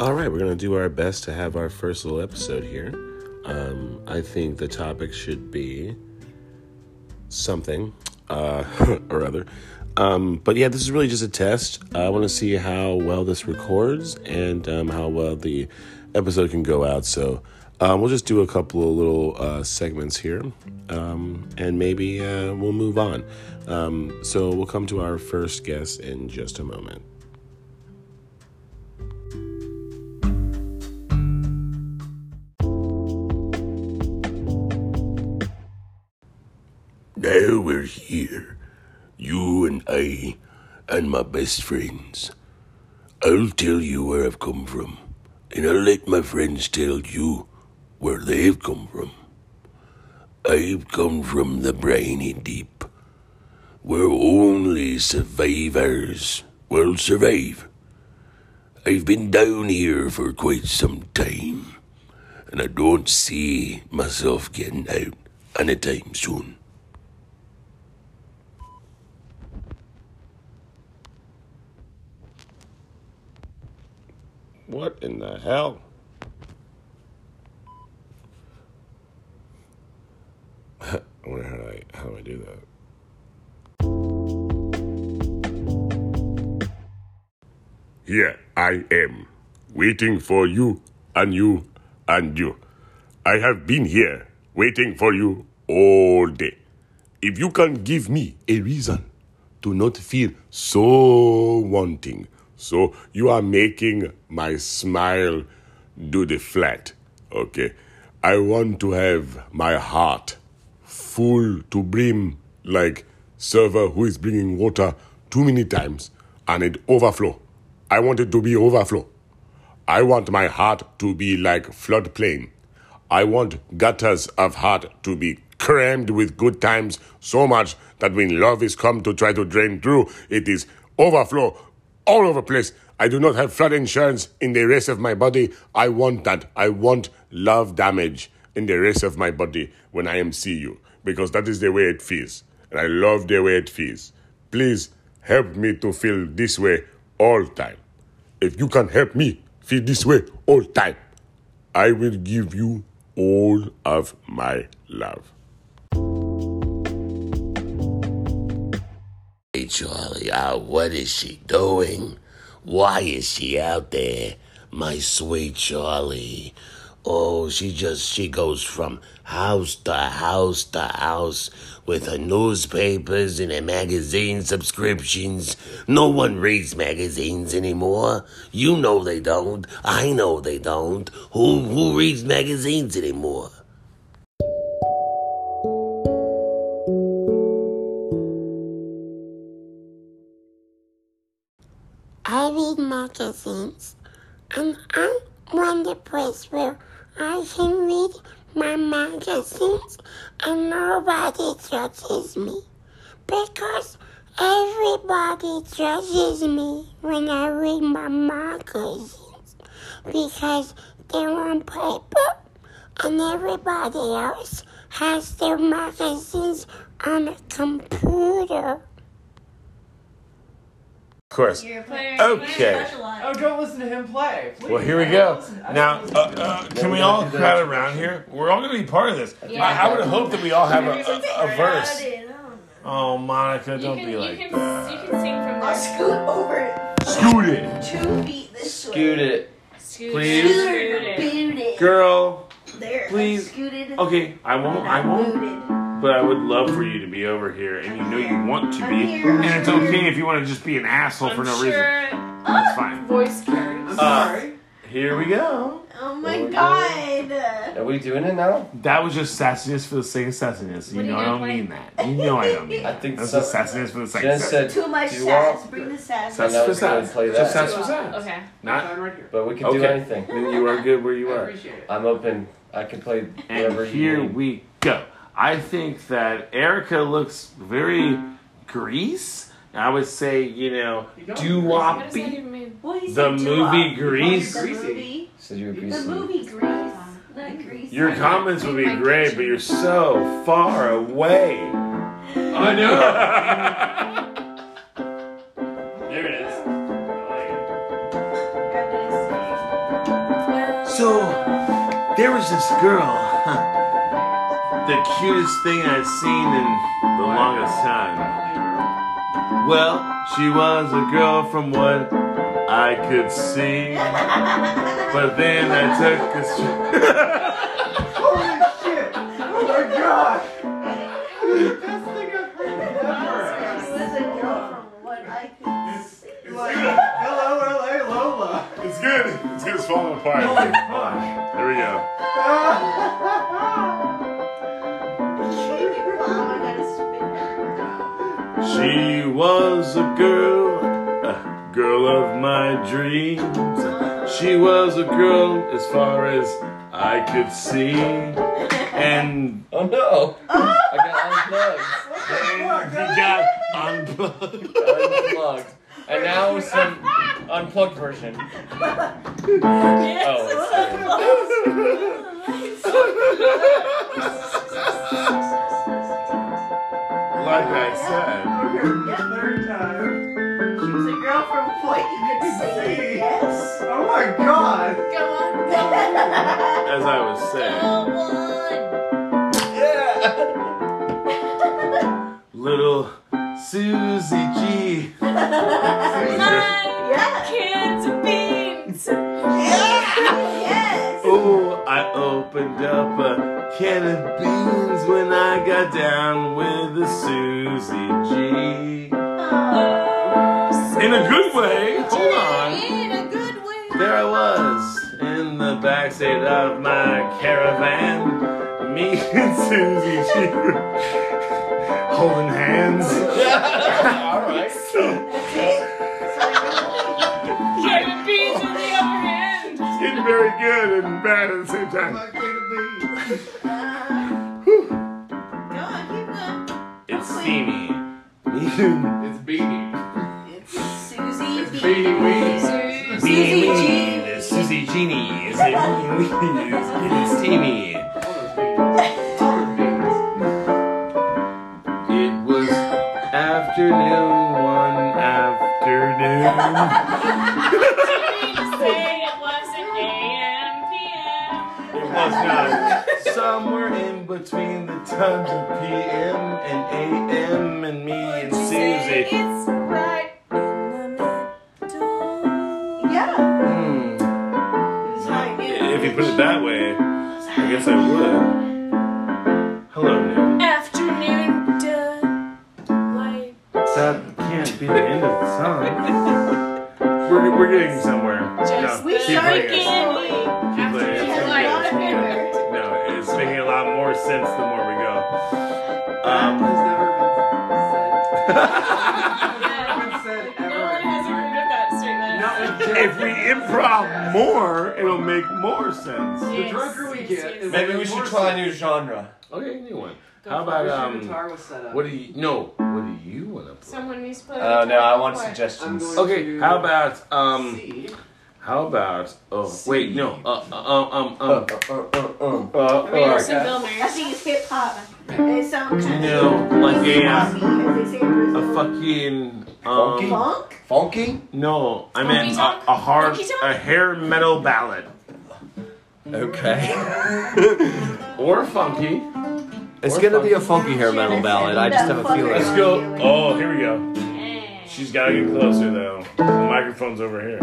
All right, we're going to do our best to have our first little episode here. Um, I think the topic should be something uh, or other. Um, but yeah, this is really just a test. I want to see how well this records and um, how well the episode can go out. So um, we'll just do a couple of little uh, segments here um, and maybe uh, we'll move on. Um, so we'll come to our first guest in just a moment. Now we're here, you and I, and my best friends. I'll tell you where I've come from, and I'll let my friends tell you where they've come from. I've come from the briny deep, where only survivors will survive. I've been down here for quite some time, and I don't see myself getting out anytime soon. What in the hell? I wonder how do I how do I do that? Here I am, waiting for you and you and you. I have been here waiting for you all day. If you can give me a reason to not feel so wanting, so you are making my smile do the flat, okay? I want to have my heart full to brim like server who is bringing water too many times and it overflow. I want it to be overflow. I want my heart to be like floodplain. I want gutters of heart to be crammed with good times so much that when love is come to try to drain through, it is overflow all over place. I do not have flood insurance in the rest of my body. I want that. I want love damage in the rest of my body when I am see you because that is the way it feels, and I love the way it feels. Please help me to feel this way all time. If you can help me feel this way all time, I will give you all of my love. Hey, Charlie, ah, what is she doing? Why is she out there? My sweet Charlie. Oh, she just, she goes from house to house to house with her newspapers and her magazine subscriptions. No one reads magazines anymore. You know they don't. I know they don't. Who, who reads magazines anymore? I read magazines, and I want a place where I can read my magazines and nobody judges me. Because everybody judges me when I read my magazines. Because they're on paper, and everybody else has their magazines on a computer. Of course. You're playing. Okay. Oh, don't listen to him play. Please. Well, here we I go. don't listen- I Now, don't uh, listen to him. uh, can we all crowd around here? We're all going to be part of this. Yeah. I, I would hope that we all have a, a, a verse. Oh, Monica, You don't can, be you like can, that. you can sing from I'll there. scoot over Scoot it. it. Two feet this Scoot way. it, Scoot, Please. scoot Scooter, it. boot it. girl. There. I please. Scooted. Okay, I won't. I I won't. booted. But I would love for you to be over here, and you know you want to I'm be. here. And it's okay if you want to just be an asshole I'm for no reason. sure Ah! That's fine. voice carries. Uh, here we go. Oh my god. Are we doing it now? That was just sassiness for the sake of sassiness. You What are you know I gonna don't play? mean that. You know I don't mean I that. think That's so. just sassiness for the sake Jen of sassiness. said, Too much do you want- sass. Bring the sass. Sass- Sass for Now we're gonna sass. play Just that. sass for sass. Okay. Not right here. but we can do Okay. anything. Then you are good where you I are. appreciate it. I'm open. I can play whatever And you here need. we go. I think that Erica looks very Grease. I would say, you know, doo What wop does that even mean? Well, he The said two movie up. Grease. The movie. Said you were The greasy. movie Grease. Not Grease. Your comments would be great, but you're so far away. I know. there it is. I'm gonna say. So there was this girl, the cutest thing I've seen in the longest time. Well, she was a girl from what I could see, but then I took a. str- Oh This is a girl from what I could see. It's good. It's good. It's falling apart. Holy fuck. There we go. Wow, we gotta spin She was a girl, a girl of my dreams. She was a girl as far as I could see. And Oh no! I got she got unplugged. unplugged. unplugged. And now some unplugged version. Oh. Like I Third time. She was a girl from what you could see. Yes. Oh my god! Go on, go on. said, as I was saying, Go on. little Susie G. Yeah. Kids and beans. Yes. Oh, I opened up a can of beans when I got down with the Susie G. In a good way. Hold on. In a good way. There I was in the backseat of my caravan. Me and Susie G were holding hands. Alright. Kids and beans on the other hand. It's getting very good and bad at the same time. Fuck you to be. Go on, keep It's steamy. Me and It's beanie. going. It's Susie It's B. beanie weenie. me and me, the Susie Genie. It's me and me, it's steamy. It was afternoon, one afternoon. Mean to say it wasn't AM, PM. It was not. Somewhere in between the times of PM and AM and me and Say Susie. It's right in the middle. Yeah. Hmm. It was high noon. If you put it that way, I guess I would. Hello, Nick. Afternoon delight. That can't be the end of the song. We're, we're getting somewhere. Just no, the We keep started playing it. beginning. Keep playing It it. has a Like- lot of humor. No, it's making a lot more sense the more we go. That Um, has Yeah. never been said. Never been said No one ever. has ever heard that statement. Not with if Jeff. we improv more, it'll make more sense. Yes, drunker we yes, get, yes. the Maybe we should try a new genre. Okay, new one. How I about wish your um? guitar was set up. What do you no? What do you want to play? Someone needs to play. Uh, no, I want suggestions. I'm suggestions. going Okay, to how about um? C. How about oh wait no uh uh um um Uh, um uh, uh, uh. uh, uh Bill Maher. I think it's hip hop. It sounds kind of. no like a As they say in a Brazil. fucking Funky? um Funk? Funky? no I meant a, Honky-tonk? a hard Honky-tonk? a hair metal ballad Okay. or funky. It's Or gonna be a funky. funky hair metal ballad. I just have a Let's feeling. go. Oh here we go. She's gotta get closer though. The microphone's over here.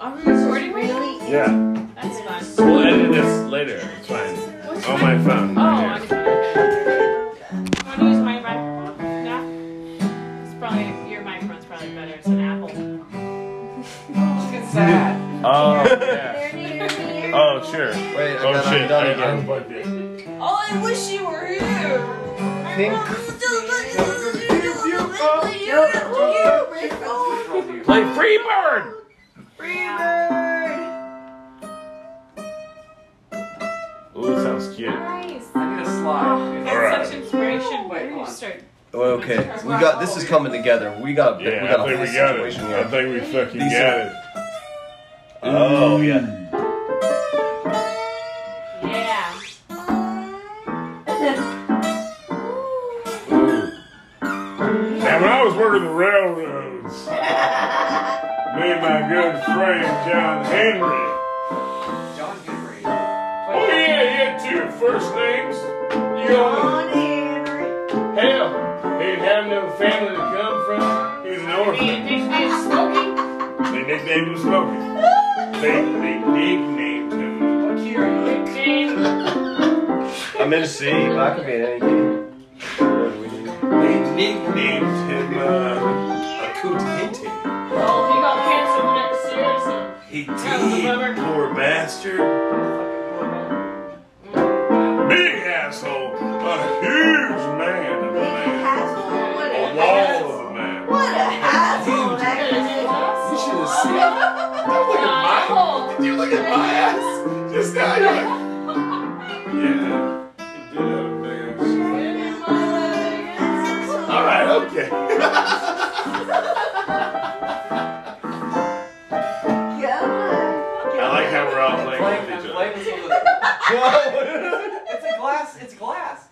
Are we recording right now? Really? Yeah, That's fine. we'll edit this later. It's fine. What's On my phone. Oh, right I here. got it. Want to use my microphone? No. It's probably your microphone's probably better. It's an Apple. Look at that. Oh yeah. They're near me. Oh sure. Wait, I Oh got shit. undone I again. unplugged it. Oh, I wish you were here. Play Freebird! Ooh, that sounds cute. Nice. I need a slide. That's such inspiration. Where do Oh, you start? Oh, Okay, we got this is coming together. We got we Yeah, got I a think whole we got it. situation I here. think we fucking These got are- it. Oh yeah. Yeah. Now, when I was working the railroads, me and my good friend John Henry, Oh, first names. You don't. Hell, they have no family to come from. He's an orphan. They nicknamed him Smokey. They, they nicknamed him. What year are you? 18. I'm in C, but I can be in any game. They nicknamed him uh, Akut Kinte. Well, if you Oh, got cancer next series, He did, poor bastard. Big asshole. A huge man of a man. A wall of a man. What a asshole that is. You should have seen Don't look at mine. Did you look at my ass? Just now you're like, yeah. He did have a big ass. All right, okay. I like how we're all playing with each other. it's a glass. It's glass.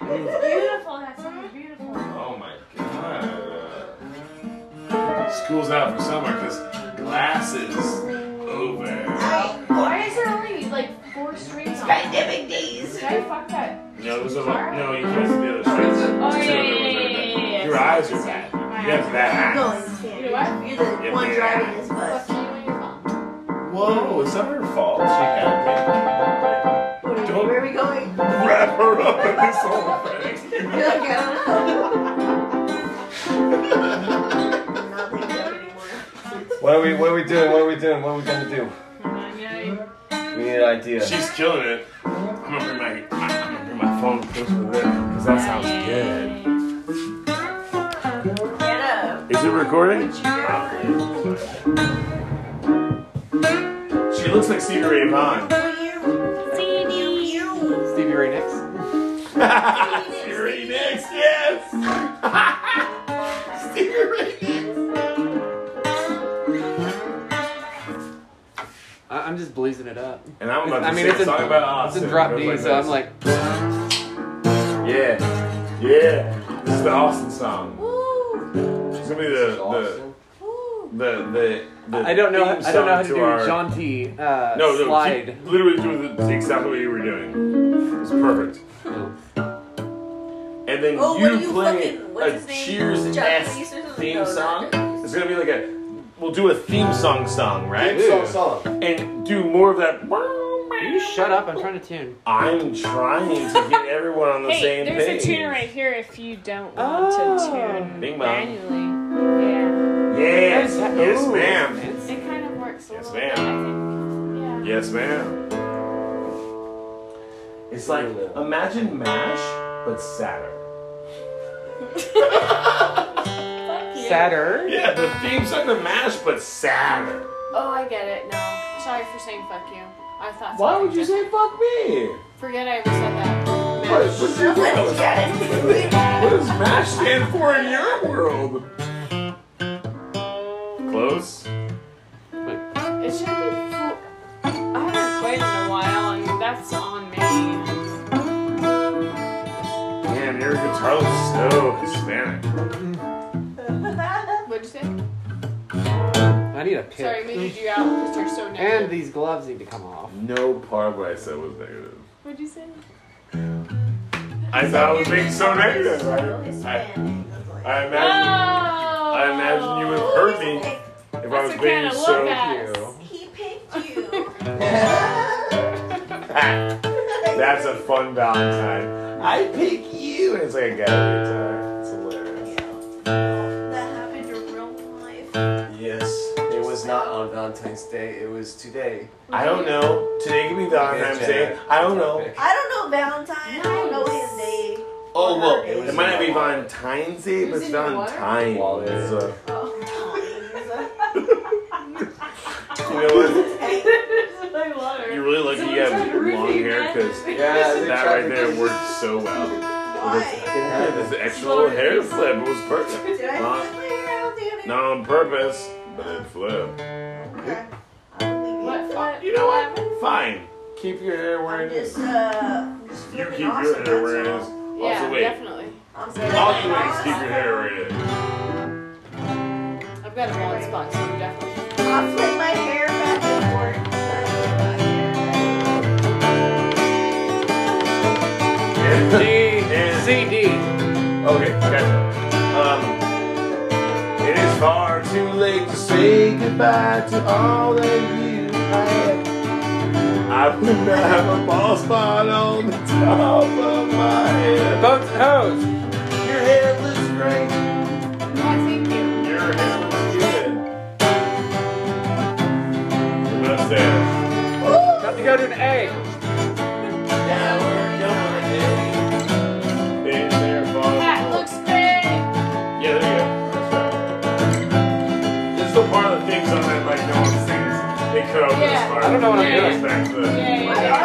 it's beautiful. That's so beautiful. Oh my god. School's out for summer because glasses over. Why is there only like four strings on? Pandemic days. Did I fuck that? No, there's a no. You can't see the other strings. Oh yeah, yeah, yeah, yeah, yeah, yeah. Your eyes are bad. You have bad No, eyes. you can't. You know what? You're the Yeah, one man. driving this bus. Whoa, it's not her fault. She had What are you- Don't- Where are we going? me. Wrap her up in this whole You're thing. like, I don't know. I'm not leaving that anymore. What are we? What are we doing? What are we doing? What are we gonna do? We need an idea. She's killing it. I'm gonna bring my I'm gonna bring my phone closer to this because that sounds good. Get up. Is it recording? She looks like Stevie Ray Vaughan. Stevie Ray Nicks. Stevie Ray Nicks, yes! Stevie Ray Nicks! I, I'm just blazing it up. And I'm about to I mean, sing it's a song about a, Oz. it's a drop D, so I'm like, yeah, yeah. This is the Austin song. It's gonna be the, the, the, the, the I don't know. theme I don't know how to song do our- jaunty uh, No, no, slide. keep literally doing the, exactly what you were doing. It's perfect. And then Oh, you when you play fucking- what's his a name? Cheers Chuck esque Reese or something? theme No, not song. Chuck It's gonna be like a we'll do a theme song song, right? Theme song song. And do more of that. Will you shut up? I'm trying to tune. I'm trying to get everyone on the Hey, same there's a page. tuner right here if you don't want to tune Bing bong. manually. Yeah. Yes, yes, Ooh, ma'am. fancy. It kind of works a Yes, little ma'am. bit, I think. Yeah. Yes, ma'am. It's like imagine Mash but sadder. Fuck you. Sadder. Yeah, the theme song to Mash but sadder. Oh, I get it now. Sorry for saying fuck you. I thought. Why so. would you say fuck me? Forget I ever said that. What, Man. what, do- Let's get it. what does MASH stand for in your world? Close. It should be. Full. I haven't played in a while, and that's on me. Damn, your guitar looks so Hispanic. What'd you say? I need a pick. Sorry, I muted you out because you're so negative. And these gloves need to come off. No part of what I said was negative. What'd you say? I thought I was being so negative. So I, Hispanic. I Oh! imagine, I imagine you would hurt me if I was That's the being kind of so look ass. He cute. picked you. That's a fun Valentine. I pick you, and it's like a guy guitar. It's hilarious. That happened in real life. Yes. It was not on Valentine's Day. It was today. I don't know. Today could be Valentine's Day. I don't know. I don't know Valentine. I don't know his name. Oh well, It it, was might not in be my Valentine's Day, but was it's in your wallet? Valentine's. Wallet. So, Oh, you know what? I love her. You're really lucky you have long hair because Yeah, they that tried right to- there worked so well. why? Yeah, this extra little hair flip it was perfect. Did I Not, flip my hair out the other not on purpose, but it flipped. Okay. I'll leave you. What? What? You know what? Fine. Keep your hair where I'm it is. just, uh, just You flipping keep your awesome, hair where it that's all. is. Yeah, Also, wait. definitely. I'm All you ladies keep your hair where it is. I've got a bald spot, so I'm definitely. I'll flip my hair back and forth. D C D. Okay, gotcha. Um, it is far too late to say goodbye to all that you had. I would not have a ball spot on the top of my head. Both toes. Your head looks great. thank you. Your head looks good. What's that? Got to go to an A. It's there, Bob. That looks great. Yeah, there you go. That's right. This is the part of the theme song that like no one sings. They cut over this Yeah. part. I don't know what I'm It goes doing. back to the- Yeah, yeah,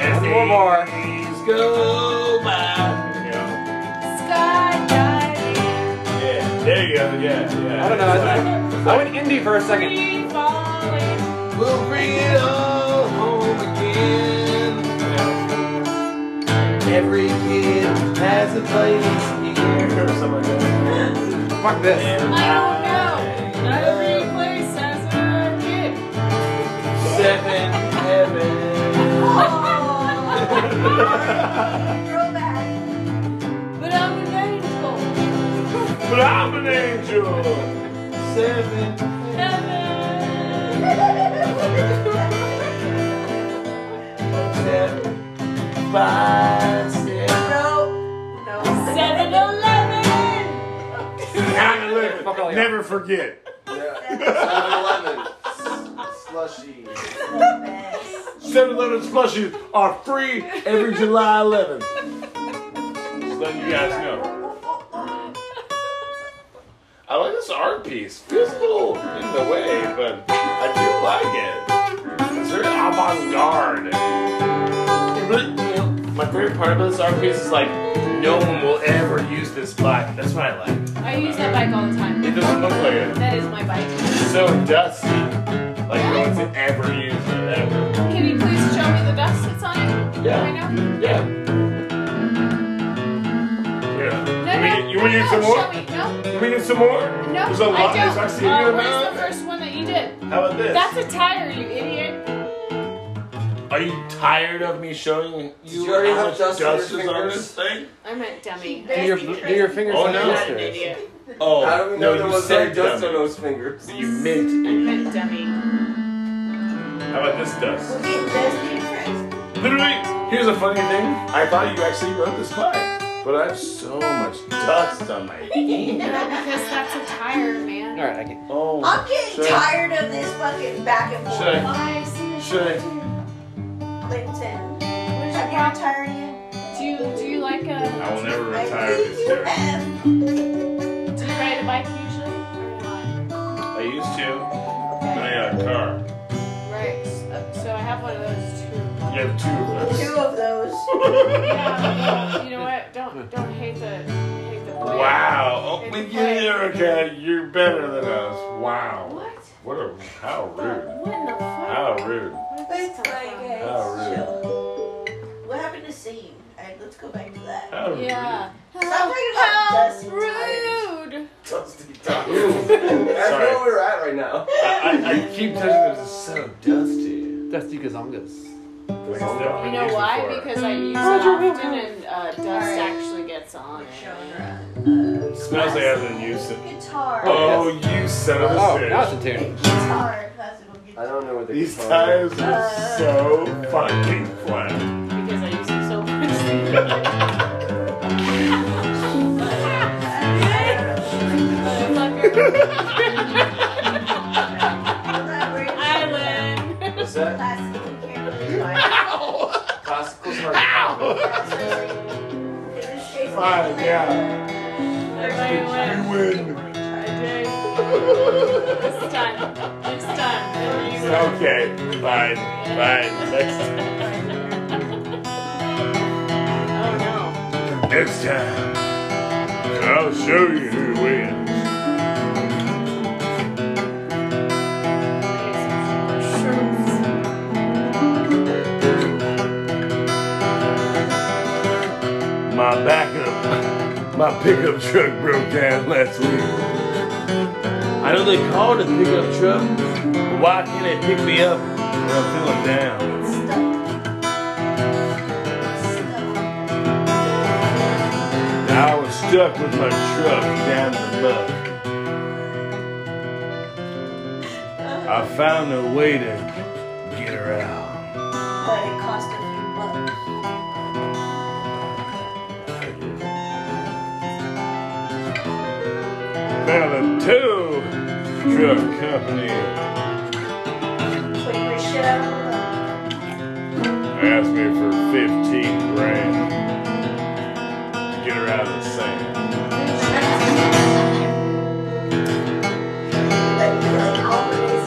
As One more. days go by. Yeah. yeah. Skydiving, Yeah. There you go. Yeah. Yeah. I don't know. It's I- like- I went indie for a second. free falling. We'll bring it all home again. Every kid has a place here. Fuck this. I don't know. Every place has a kid. Seven heaven. But I'm an angel. But I'm an angel. Seven. Heaven. Step by step. Seven Eleven. Fuck all y'all. Never forget. Yeah. 7-Eleven. Slushy. 7 Eleven slushies are free every July 11th. Just letting you guys know. I like this art piece. Feels a little in the way, but I do like it. It's very avant garde. It really, you know, my favorite part about this art piece is like, no one will ever use this bike. That's what I like. I use that bike all the It time. doesn't look like it. That is my bike. It's so dusty. Like, no one's ever used it ever. Can you please show me the dust that's on it? Yeah. Right now? Yeah. Yeah. No, no, we, need- you no, want to no, need some more? Show me. No, We need some more? no, There's a lot. I don't. I see you uh, doing where's that. the first one that you did? How about this? That's a tire, you idiot. Are you tired of me showing you, you already how have much dust dust, on your is on fingers? this thing? I meant dummy. Do your, do your fingers Oh, on no. your Not an stairs. idiot. Oh, How do we know no, there you was no said dust on dummy. those fingers? You meant I it. meant dummy. How about this dust? Literally, here's a funny thing. I thought you actually wrote this play, but I have so much dust on my Because that's a tire, man. All right, I can. Oh. I'm getting should tired of this fucking back and forth. Should I- I see I, the should I? Clinton, have you not tired yet? Do you, do you like a, I will never I retire think this you hair. have. do you ride a bike usually? Or not? I used to. Then I got a car. Right, so so I have one of those too. You have two of those. Two of those. Yeah, you know what? Don't, don't hate the, hate the boy. Wow. Oh, It's we get like- it, Erica. You're better than us. Wow. What? What a how rude. What in the fuck? How rude. It's like, hey, Oh, really? chill. What happened to scene? Alright, let's go back to that. How rude. Yeah. Stop talking about How dust and tires. rude! Dusty That's where we're at right now. I, I, I keep touching this. It's so dusty. Dusty gazongas. Like, it's You never been know used why? before. Because I use it often and uh, dust actually gets on it. Genre. it smells like it hasn't been used. it. Guitar. Oh, you son of a Oh, bitch. now it's in tune. Guitar. Classical I guitar. don't know what they These call tires it. are so fucking flat. Because I use it so much. I win. What's that? Classical guitar. Classical's hard. Oh, yeah. Everybody You win. win. I did. This time. Next time. You win. Okay. Fine. Fine. Next time. Oh no. Next time, I'll show you who wins. My backup, my pickup truck broke down last week. I know they called it pickup truck, but why can't they pick me up when I'm feeling down? Stuck. Stuck. stuck with my truck down the muck. I found a way to get her out. But it cost a few bucks. Found a tow truck company. Put your shit out. Asked me for 15 grand to get her out of the sand. Like, you're like ominous.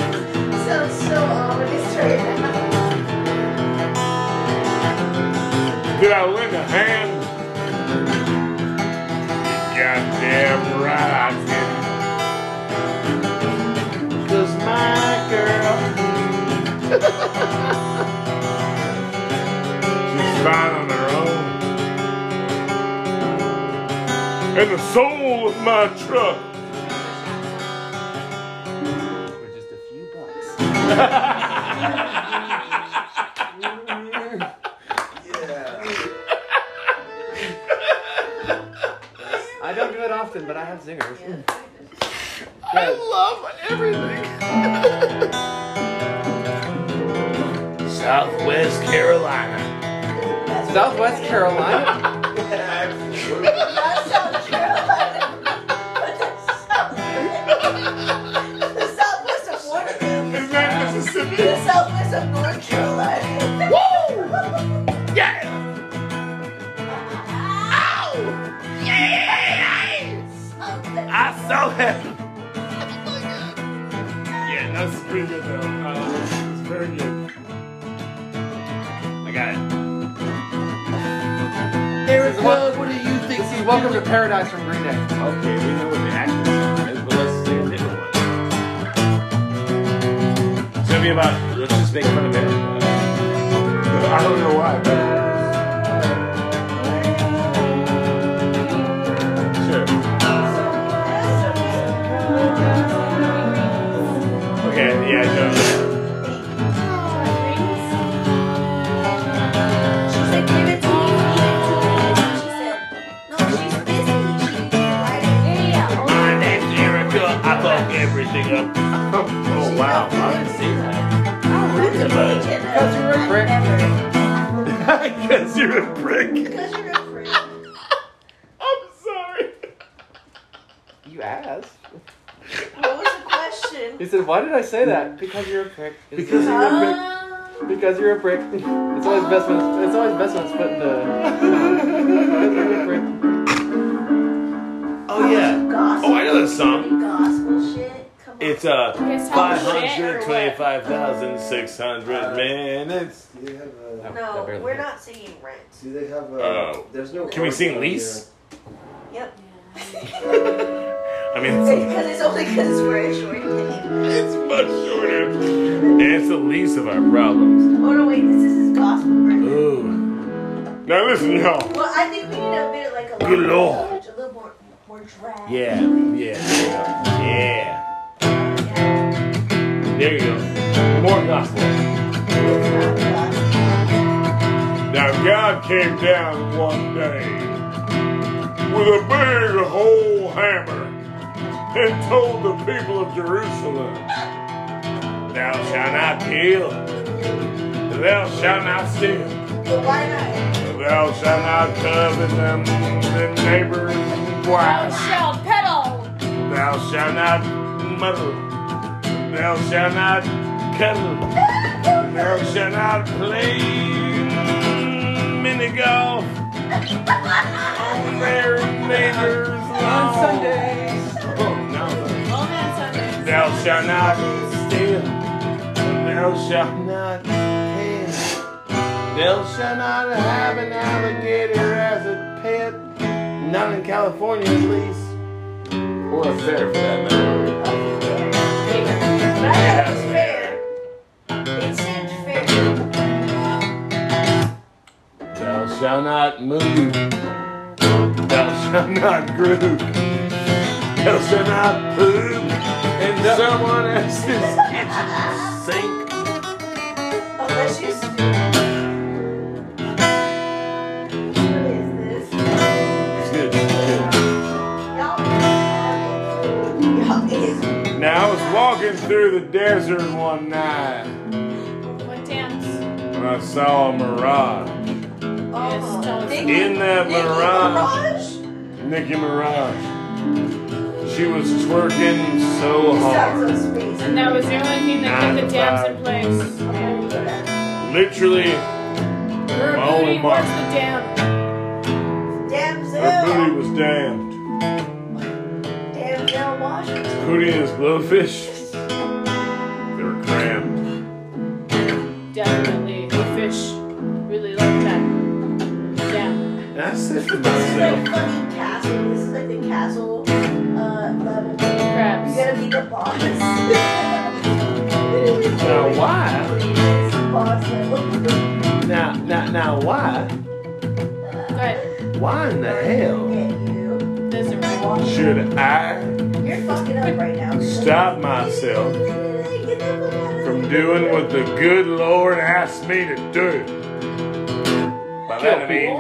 Sounds so ominous right now. Did I lend a hand? You Goddamn right I did. Cause my girl. She's fine on her own. And the soul of my truck. I don't do it often, but I have zingers. I love everything. Southwest Carolina. Southwest Carolina. That's South Carolina. But that's South- The southwest of Washington. Is that Mississippi? The southwest of North Carolina. Woo! Yeah! Ow! I saw him. yeah, that's pretty good though. Uh, it's very good. I got it. Eric Wells, what do you think? See, welcome to paradise from Green Day. Okay, we know what the action is, but let's do a different one. It's gonna be about let's just make fun of it. I don't know why, but sure. Okay, yeah, I know. She's like, give it to me, give it to me. She said, no, she's busy. She's writing. My name's Erica. I fuck everything up. oh wow! I didn't see that. Because you're a prick. Because you're a prick. Because you're a prick. I'm sorry. You asked. What was the question? He said, "Why did I say that? Because you're a prick. It's- Because you're Uh, Because you're a prick. It's always best when it's always best when it's put in the. Oh yeah. gospel. Oh, I know that song. Gospel shit. Come on. It's uh It's five how shit or hundred what? twenty-five thousand six hundred minutes. Do they have a? No, barely we're did. not singing Rent. Do they have a? Uh, there's no. Can we sing on lease? Yep. I mean, it's, Because it's only because we're a short name. it's much shorter. And it's the least of our problems. Oh no, wait, this is his gospel record. Ooh. Now listen, y'all. Well, I think we need a bit like a Good lot lord. a little more, more drag. Yeah, yeah, yeah. There you go. More gospel. Now God came down one day with a big whole hammer and told the people of Jerusalem, Thou shalt not kill, thou shalt not steal, But why not? thou shalt not covet them, them neighbor's wife. shall pedal. Thou shalt not muddle. Thou shalt not cuddle. Thou shalt not play mini golf on their neighbor's lawn. Oh, no. Oh man, Sunday. Thou shalt not steal. Thou shalt not kiss. Thou shalt not have an alligator as a pet. Not in California, at least. Or a better for that matter. That's fair. It's fair. Thou shalt not move. Thou shalt not groove. Thou shalt not poop in someone else's kitchen sink. Unless you stupid. What is this? It's good. It's good. I was walking through the desert one night What dance? and I saw a mirage. Yes, don't- In that mirage, Nicki Mirage, she was twerking so hard. And that was the only thing that kept the dams in place. Literally, Her My only booty mark. was the dam. her booty was damned. Denzel Washington. Booty and his blowfish, they were crammed. Definitely. The fish really liked that. Dam. That's it for This is like myself. fucking castle. This is like the castle uh, level. Crabs. You gotta be the boss. Now why? It's the boss level. Now, now, now why? Good. Why in the hell Doesn't really. Should I You're fucking up right now. stop myself from doing what the good Lord asked me to do? By that I mean,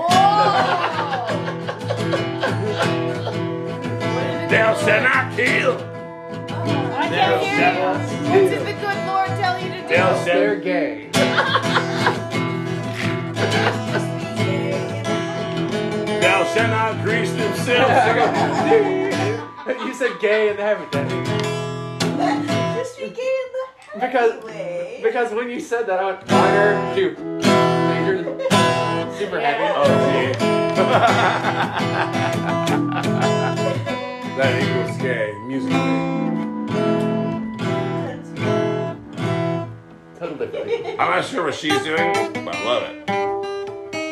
thou shalt not kill. I Thou can't hear you. shalt not What did the good Lord tell you to do? Thou They're shalt gay. thou shalt not grease himself. you said gay in the heavy thing. Just be gay in the Because- way. Because when you said that, I went minor, cute, major, super heavy. oh yeah. that equals gay musically. Totally funny. I'm not sure what she's doing, but I love it.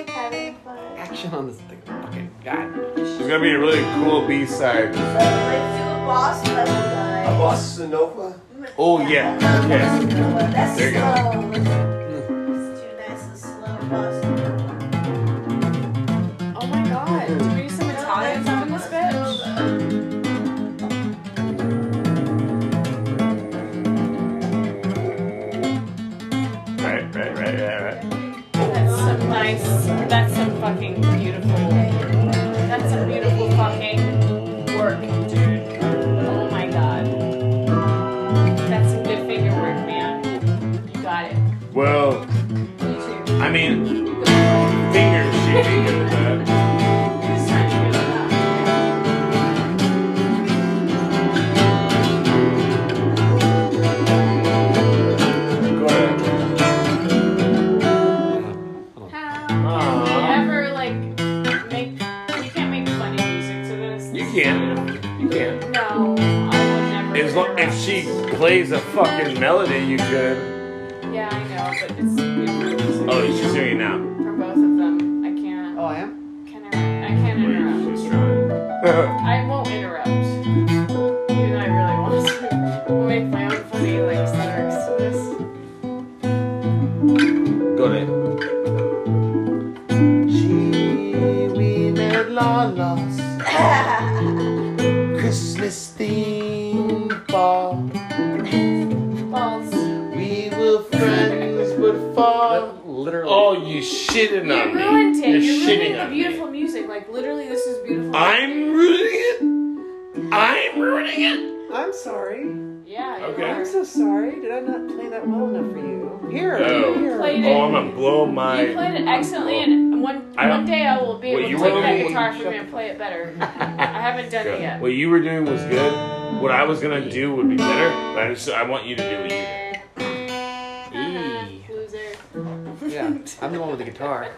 Having fun. Action on this thing. Fucking god. It's gonna be a really cool B side. So let's do a boss level guy. Bossa Nova? Oh yeah. Bossa Okay. Nova. That's There you go. slow. Let's do nice and slow boss Nova. Oh my god. Do we need some Italians up in this bitch? Right, right, right, right, right. That's some nice. That's some fucking beautiful. That's some beautiful fucking work, dude. Oh my god. That's some good finger work, man. You got it. Well, You too. I mean, fingers should be good at that. Just trying to figure that Go ahead. out. How can we ever like make? You can't make funny music to this. You can. You can. No, I would never. As long if interrupt. she plays a fucking melody, you could. Yeah, I know, but it's good music Oh, she's doing it now. for both of them. I can't. Oh, I am? Can I, I can't interrupt. She's trying. I won't interrupt. Even though I really want to. I'll make my own funny like lyrics to this. Go ahead. Gee, we made Lala's Christmas theme ball. Balls. We were friends, but far. Literally. Oh, you shitting You on me. ruined it. You're ruining You're shitting the on beautiful music. Like literally, this is beautiful. I'm ruining it. I'm ruining it. I'm sorry. yeah. you Okay. I'm are. so sorry. Did I not play that well enough for you? Here, No. here. Played it. Oh, I'm gonna blow my. You played it excellently, and one I don't- one day I will be What able to you take were that doing- guitar from you and play it better. I haven't done it yet. What you were doing was good. What I was gonna do would be better, but I just I want you to do what you did. E. Uh-huh. Loser. Yeah, I'm the one with the guitar.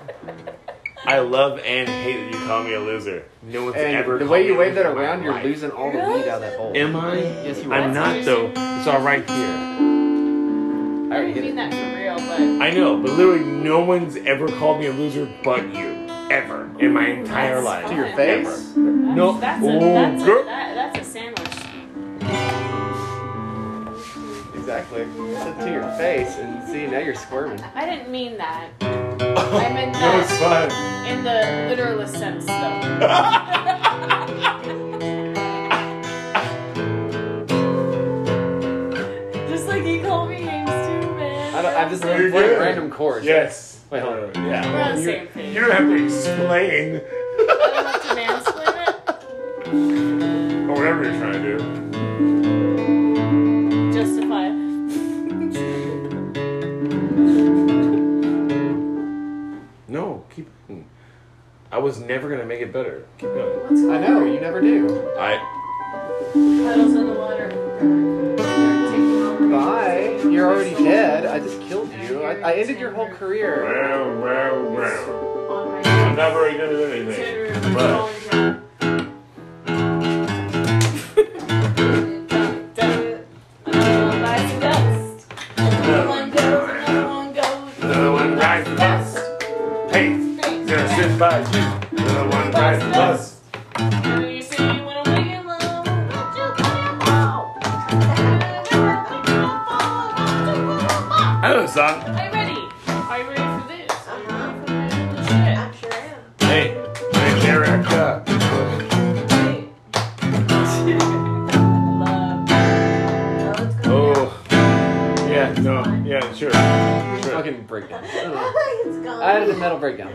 I love and hate that you call me a loser. No one's ever. And the called way me you a wave that loser in my around, you're life. losing all the weed out of that bowl. Am I? Yes, you I'm are. not though. It's all right here. I I already hit didn't mean it. that for real, but I know, but literally no one's ever called me a loser but you, ever in my entire That's life. To your Ever. face? that's, No. that's a Oh, that's a, girl. that, that's a sandwich. Exactly. Said to your face, and see, now you're squirming. I didn't mean that. I meant No, it's that fun. in the literalist sense, though. Just like you call me names too, man. I don't, I'm just You're playing good. random chords. Yes. Wait, hold on. Yeah. We're on the you- same page. You don't have to explain I don't have to mansplain it. or whatever you're trying to do. keep. hmm. I was never gonna make it better. Keep going. What's going I know, on? you never do. I. Puddles in the water. Bye. You're already dead. I just killed you. I, I ended your whole career. Well, well, well. I'm not very good at anything. But Another one bites the dust. Hey, just sit by you. Another one bites the dust. I know the song. Are you ready? Are you ready for this? Hey, hey, Erica. Oh, yeah, no, yeah, sure. Fucking breakdown. I added a metal breakdown.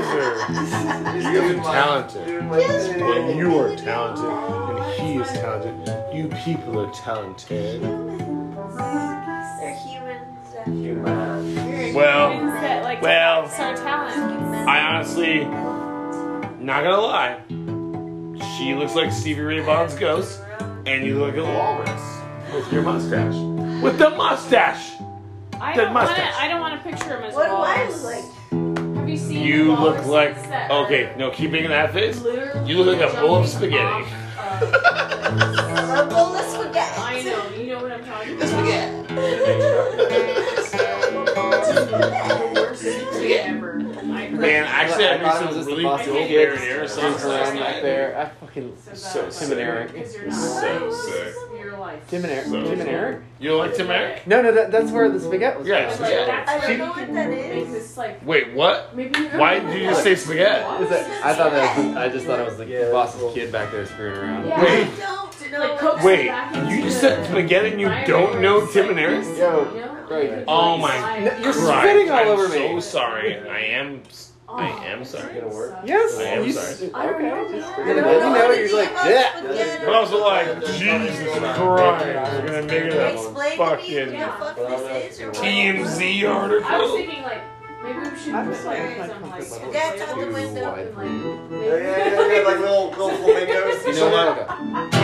You guys are talented. And you are talented. And he is talented. You people are talented. Well, Things that, like, Well. flex our talent. I honestly, not gonna lie, she looks like Stevie Ray Vaughan's ghost, and you look like a walrus with your mustache. With the mustache! I The don't want mustache. to. I don't want to picture him as What do I walrus. look Have you seen? You look walruses like. that are Okay, no, keep making that face. literally You look like a bowl of jumping spaghetti. A bowl of spaghetti. I know. You know what I'm talking The about. spaghetti. Man, actually, I thought it made was some just really the Boston cool kids marinara sauce dancing last around back night. there. I fucking So Tim and Eric. sick. So sick. Your life. Tim and Eric. So Tim and sick. Eric. You don't like Tim Eric? No, no, that, that's where the spaghetti was. Yeah, from. spaghetti. That's I don't where know what that is. It's like Wait, what? maybe. you- Why did you just say spaghetti? Is that- I thought that was, I just thought it was the boss's kid back there screwing around. Yeah, Wait. I don't Like know. coax Wait, it back you into just said the- spaghetti and you Fire don't know is Tim like and Eric? You Yo, know? great. Oh my Like, You're Christ, spitting all I'm over so me. sorry. I am. I am sorry. Yes. I am you, sorry. I don't know. And then you know, you're like, yeah. But also, like, Jesus Christ, we're gonna make it a Explain to me fucking what the fuck this is. or what it is. TMZ I was article. thinking like maybe we should I'm put just like like, some my comfort like like, level That's out the Too window. wide for like, me. maybe- Yeah, yeah, yeah, yeah, like little, little flamingos. You know what?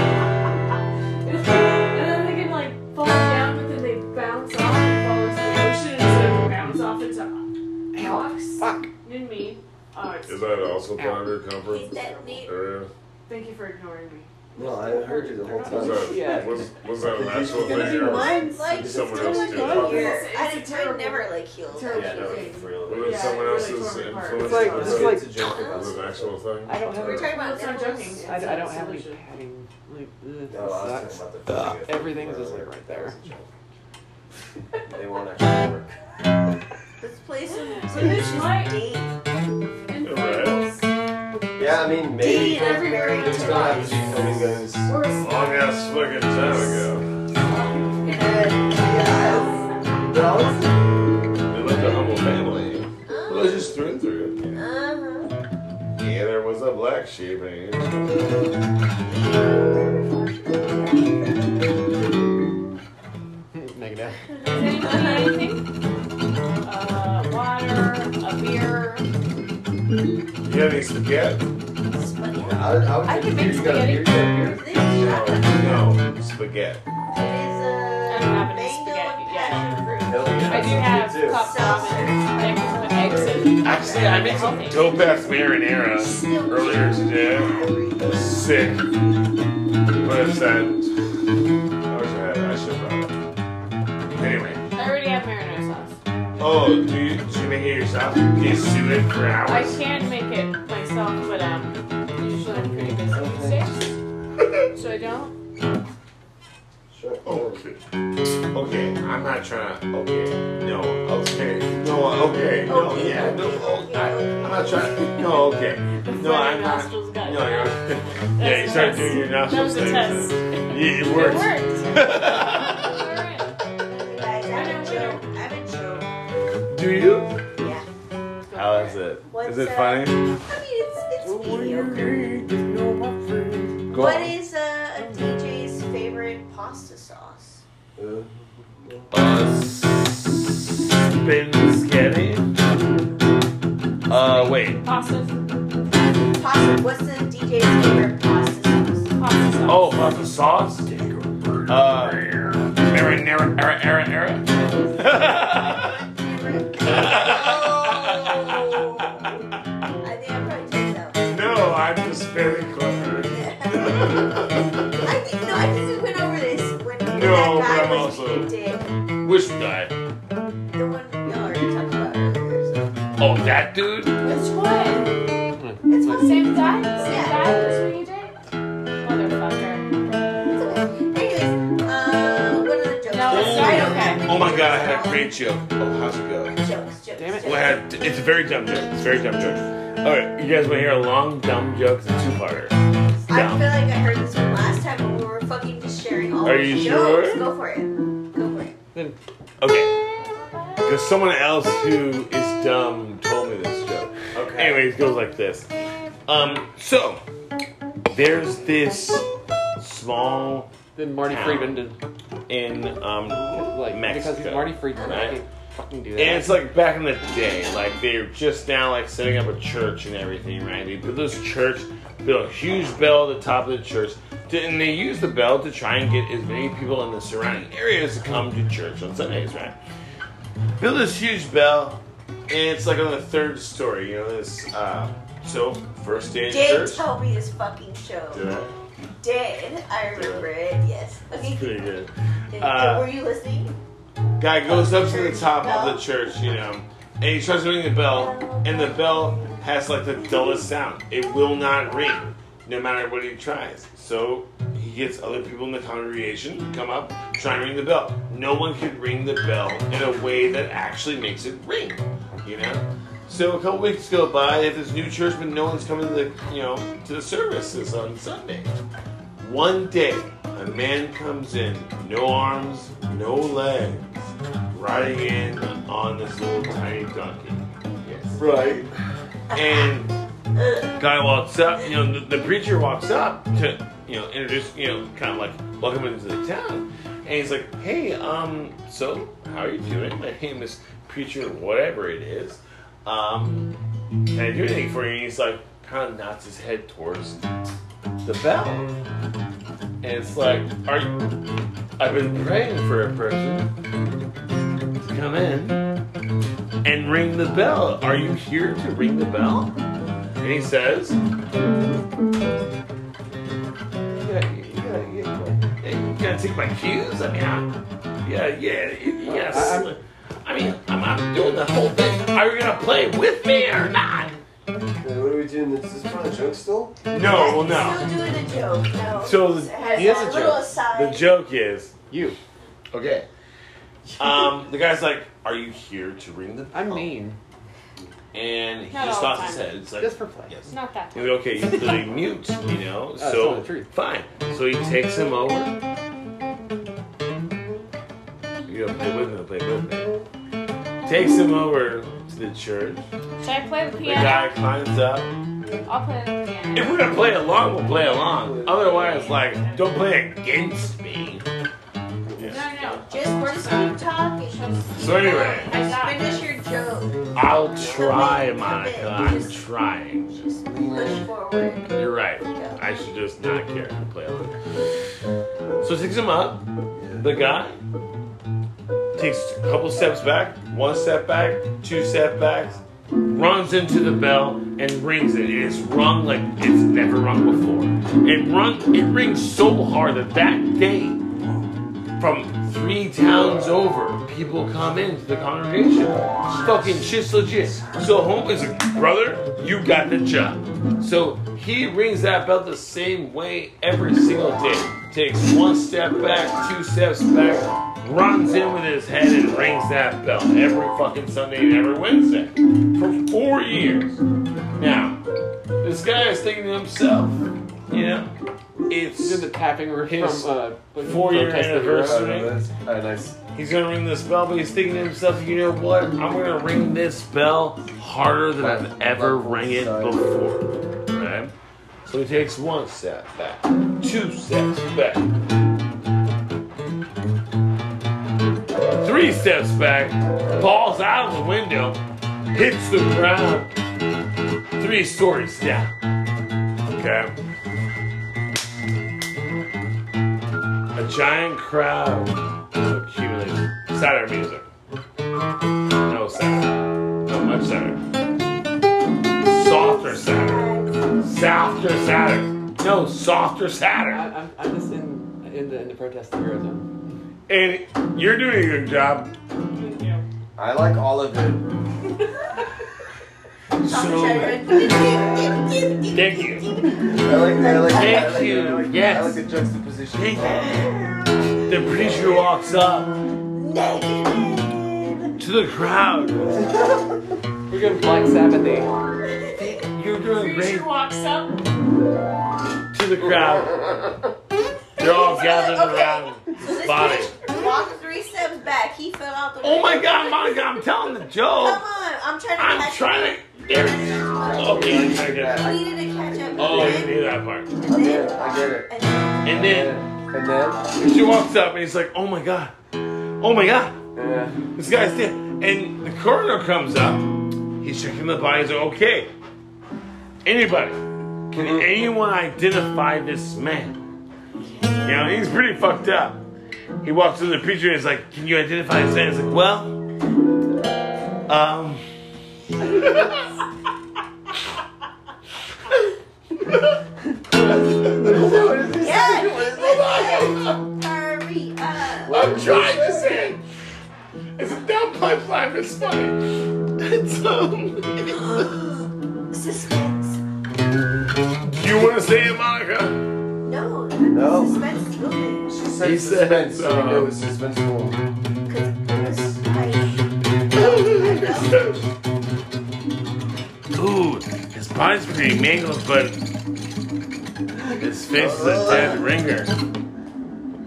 And then they can like fall down, but then they bounce off and fall into the ocean instead of bounce off into rocks. Fuck. And me. Oh, it's- Is that also part of your comfort Is that me? area? thank you for ignoring me. No, I heard you the whole Was time. Yeah. that, was, was that an actual thing? Did you or- Was Mine's like Did just someone doing else do it that? here. It's a- I it's a I terrible- never like healed. terrible Yeah, no, thing. it's it Yeah, someone it really else's tore me apart. influence? It's like, on it's it? like, Was it an actual thing? I don't have, We're any- talking about That's not joking. nipples. It's I, I a don't have any solution. padding. Like, Oh, ugh, No, I that was sucks. talking about the Everything's just like right there. They won't actually work. Let's play some. So this Right. date. Yeah, I mean, maybe. Date everywhere. There's gonna have to be flamingos. Or it's- Long ass fucking time ago. No, They left a humble family. Well, they just threw and through. Uh-huh. Yeah, there was a black sheep and he Megadeth. Does anybody have anything? Uh, water, a beer. You got any spaghetti? Spaghetti. I, I would I think can make you got a beer spaghetti. can This is No, no, spaghetti. I uh, don't have any mango spaghetti. and Yeah. passion fruit. here. Hell yeah. I do have Me too. cup ramen. I can put eggs in. Actually, I made some dope ass marinara earlier today. Sick. What is that? I wish I had. I should have. Anyway. I already have marinara sauce. Oh, do you, do you make it yourself? Do you sue it for I hours? can make it myself, but um, usually I'm pretty busy these days, so I don't. Sure. Okay. Okay, I'm not trying to. Okay. No. Okay. No. Okay. No. Okay. Yeah. No. oh, I, I'm not trying. No. Okay. No, I'm not. nostrils got No. dry. You're, yeah. That's You a started test. doing your That nostrils. was a thing. test. Yeah, it It worked. worked. All right. Guys, I've been chilled. I've been chilled. Do you? Yeah. How is it? What's Is it up? funny? I mean, it's it's mediocre. What is uh, a DJ bacon spaghetti. Uh, wait. Pastas. Pasta. What's the DJ's favorite pasta sauce? Pasta sauce. Oh, about the sauce? Uh, marinara, era, era, era. Oh! No, I'm just very clever. I think no, I think we went over this when that No, but guy I'm was also- being dick. Which guy? The one y'all already talked about earlier. So. Oh, that dude? Which one? Hmm. It's one. Same guy? Same guy as we did? Anyways, uh, what are the jokes? No, it's I not don't okay. Oh my god, I had a great joke. Oh, how's it going? Jokes, jokes. Damn Well, I had, it's a very dumb joke. It's a very dumb joke. Alright, you guys want to hear a long, dumb joke? It's a two parter. I feel like I heard this one last time when we were fucking just sharing all Are the you jokes. sure? Go for it. Go for it. Okay. Because someone else who is dumb told me this joke. Okay. Anyways, it goes like this. Um, so there's this small Then Marty town Friedman did. in um like Mexico. because he's Marty Friedman, I right? can fucking do that. And it's like back in the day, like they're just now like setting up a church and everything, right? They built this church, built a huge bell at the top of the church, to, and they use the bell to try and get as many people in the surrounding areas to come to church on Sundays, right? Built this huge bell, and it's like on the third story, you know, this, uh, so first day of Did church. tell me this fucking show. Did I? Did I remember it? Yes. It's Okay. pretty good. Did- Uh, were you listening? guy goes up to the top of the church, you know, and he tries to ring the bell, and the bell has like the dullest sound. It will not ring, no matter what he tries. So he gets other people in the congregation to come up, try and ring the bell. No one could ring the bell in a way that actually makes it ring, you know. So a couple weeks go by, they have this new church, but no one's coming to the, you know, to the services on Sunday. One day, a man comes in, no arms, no legs, riding in on this little tiny donkey. Right. And guy walks up, you know, the, the preacher walks up to, you know, introduce, you know, kind of like welcome him into the town. And he's like, hey, um, so how are you doing? My name is Preacher, whatever it is. Um, can I do anything for you? And he's like, kind of nods his head towards the bell. And it's like, are you, I've been praying for a person to come in and ring the bell. Are you here to ring the bell? And he says, yeah, you gotta, you gotta, you gotta take my cues. I mean, I, yeah, yeah, you- yes. I, mean, I'm, I'm doing the whole thing. Are you gonna play with me or not? Okay, what are we doing? Is this part of the joke still? No, well, no. Still doing a joke. No. So the, It has he has that a little joke. aside. The joke is you. Okay. Um, the guy's like, "Are you here to ring the?" bell?" I'm mean. And he Not just all the nods his time. head. It's like Just for play. Yes. Not that He was, okay, he's literally mute, you know. that's so not the truth. fine. So he takes him over. You gotta play with me, play with me. Takes him over to the church. Should I play the The guy piano? climbs up. I'll play the piano. If we're gonna play along, we'll play along. Otherwise, like, don't play against me. Yeah. No, no. Just, just keep talking. Just So anyway. finish your joke. I'll try, Monica. I'm trying. Push forward. You're right. I should just not care and play on it. So it takes him up. The guy takes a couple steps back, one step back, two step backs, runs into the bell and rings it. And it's rung like it's never rung before. It rung. It rings so hard that that day, from three towns over, people come into the congregation. It's fucking shit's legit. So home is like, brother, you got the job. So he rings that bell the same way every single day. Takes one step back, two steps back, runs in with his head and rings that bell every fucking Sunday and every Wednesday for four years. Now, this guy is thinking to himself, you know, it's Did the tapping were His from uh, like, four-year protest that we were at. anniversary. He's gonna ring this bell, but he's thinking to himself, you know what? I'm gonna ring this bell harder than I've ever rang it before. Right? So he takes one step back, two steps back, three Three steps back, falls out of the window, hits the ground, three stories down. Okay. A giant crowd accumulates. Saturday music. No Saturday. Not much Saturday. Softer Saturday. Softer Saturday. No, softer Saturday. I, I'm, I'm just in, in, the, in the protest of Eurozone. And you're doing a good job. I like all of it. Thank you. I like, I like, I Thank like, I you. like, I like Yes. the juxtaposition. The preacher walks up to the crowd. We're doing Black Sabbath You're doing great Preacher walks up. to the crowd. They're all gathered around his body. Walk three steps back. He fell out the Oh my window. God, Monica! I'm telling the Come joke. on. I'm trying to I'm catch trying up. to. There. Okay, I get I it. needed to catch up. Oh, you knew that part. I get it. I get it. And then. And then, And she walks up and he's like, oh my god, oh my god, this guy's dead. And the coroner comes up, he's checking the body, he's like, okay, anybody, can Mm-hmm. anyone identify this man? You know, he's pretty fucked up. He walks to the preacher and he's like, can you identify this man? He's like, well, um, Hurry up. I'm trying to say it. It's a dumb pipeline, but it's funny. It's, um, Suspense. Do you want to say it, Monica? No. No. Suspense is building. she said he suspense. uh, Said, we know it's suspenseful. Dude, his body's pretty mangled, but his face is a dead ringer. Wait,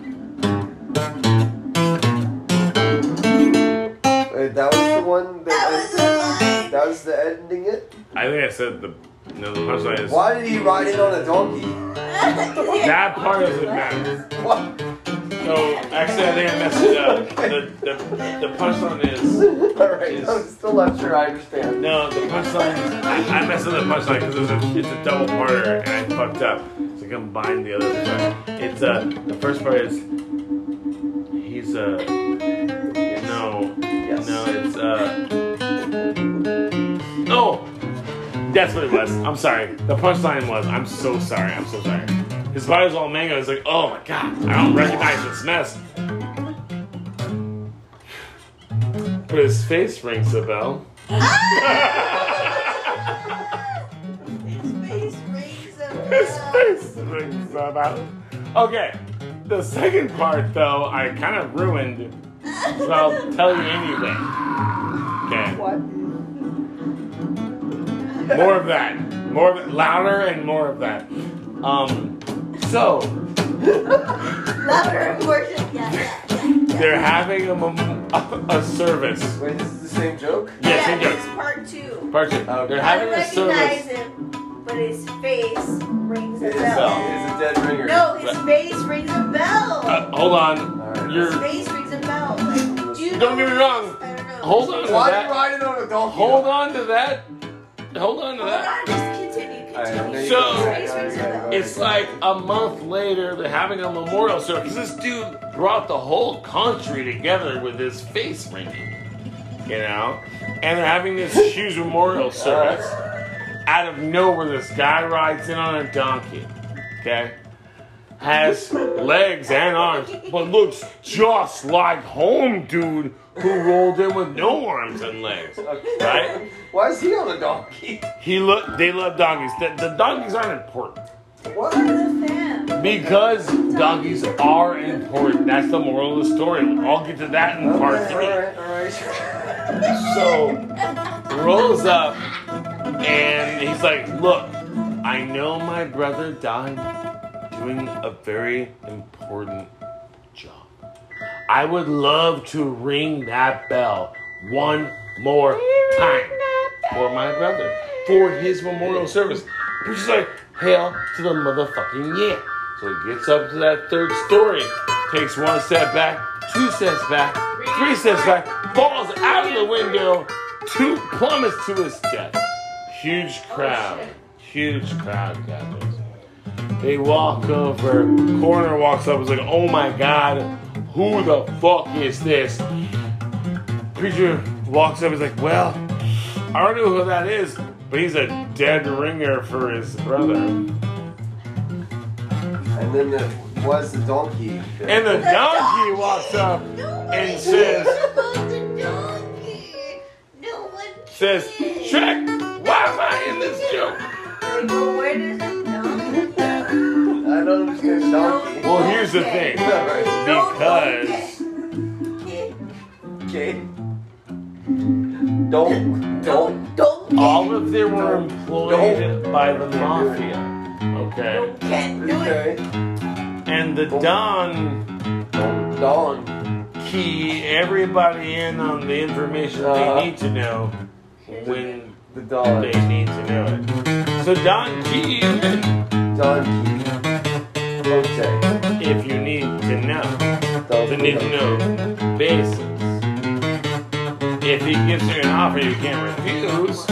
Uh, that was the one that. That was, that was the ending. It. I think I said the no. The punchline is Why did he ride it on a donkey? that part doesn't matter. What? So actually, I think I messed it up. The, the, the punchline is All right. I'm still not sure I understand. no. The punchline. I, I messed up the punchline because it's a, it's a double parter and I fucked up. So I combined the other part. It's uh the first part is he's uh no no it's uh. Oh, that's what it was. I'm sorry. The punchline was, I'm so sorry. I'm so sorry. His body was all mango. It's like, oh my god, I don't recognize this mess. But his face rings a bell. His face rings a bell. Okay, the second part though, I kind of ruined. So I'll tell you anyway. Okay. What? More of that. More of it. Louder and more of that. Um, so Louder and more. Yeah, yeah. they're having a, mem- a, a service. Wait, this is the same joke? Yes, yeah, yeah, It's part two. Part two. They're I having a recognize service. him, but his face rings a It is, bell. it is a dead ringer. No, his face rings a bell. Uh, hold on. his You're. face rings a bell. Like, do you Don't get me wrong. I don't know. Hold on to Why did he that. ride it on a donkey? Hold on to that. Hold on to Hold that. on, just continue, All right, continue. there you So- go. All right, His all face right, rings all right, a bell. all right. It's like a month later, they're having a memorial service. This dude brought the whole country together with his face ringing, you know? And they're having this huge memorial service. Out of nowhere, this guy rides in on a donkey, okay? Has legs and arms, but looks just like home dude who rolled in with no arms and legs, right? Why is he on a donkey? He look. They love donkeys. The, the donkeys aren't important. What? The fan. Because doggies are important. That's the moral of the story. I'll get to that in part All three. right, all right. So rolls up and he's like, Look, I know my brother died doing a very important job. I would love to ring that bell one more time for my brother, for his memorial service. Which is like, Hail to the motherfucking yeah. So he gets up to that third story takes one step back, two steps back, three steps back, falls out of the window, two plummets to his death. Huge crowd, huge crowd gathers. They walk over, coroner walks up, is like, oh my god, who the fuck is this? Preacher walks up, he's like, well, I don't know who that is, but he's a dead ringer for his brother. And then there was the donkey. there. And the donkey walks up and says, says, Shrek, why am I in this joke? Where does the donkey I don't understand donkey. Well, here's the thing. Because Okay. Don't, don't, don't. all of them were employed by the mafia. Okay? Can't do it. And the Don. Don. Key everybody in on the information Uh-huh. they need to know when the Don. they need to know it. So Don Key. Don Key. Okay. If you need to know, the need to know basis. If he gives you an offer you can't refuse,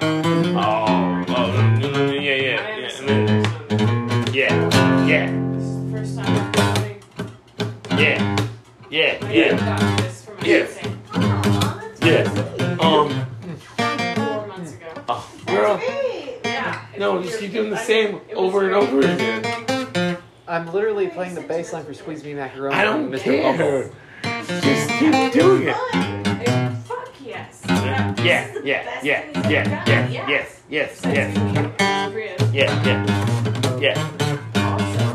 Oh, oh, no, no, no, yeah, yeah, yeah, no. yeah, yeah, First time I've really yeah, yeah, yeah, got this from Yeah. Amazing. yeah. Um, Four months ago. oh, girl, Yeah. no, just keep doing the same over and over again. I'm literally playing the bass line for Squeeze Me Macaroni. I don't Mr. care. Bumble. Just keep doing it. Fuck yes. Yeah, yeah, yeah, yeah, yeah, yeah, yes, yes, yes, yeah, yeah, yeah.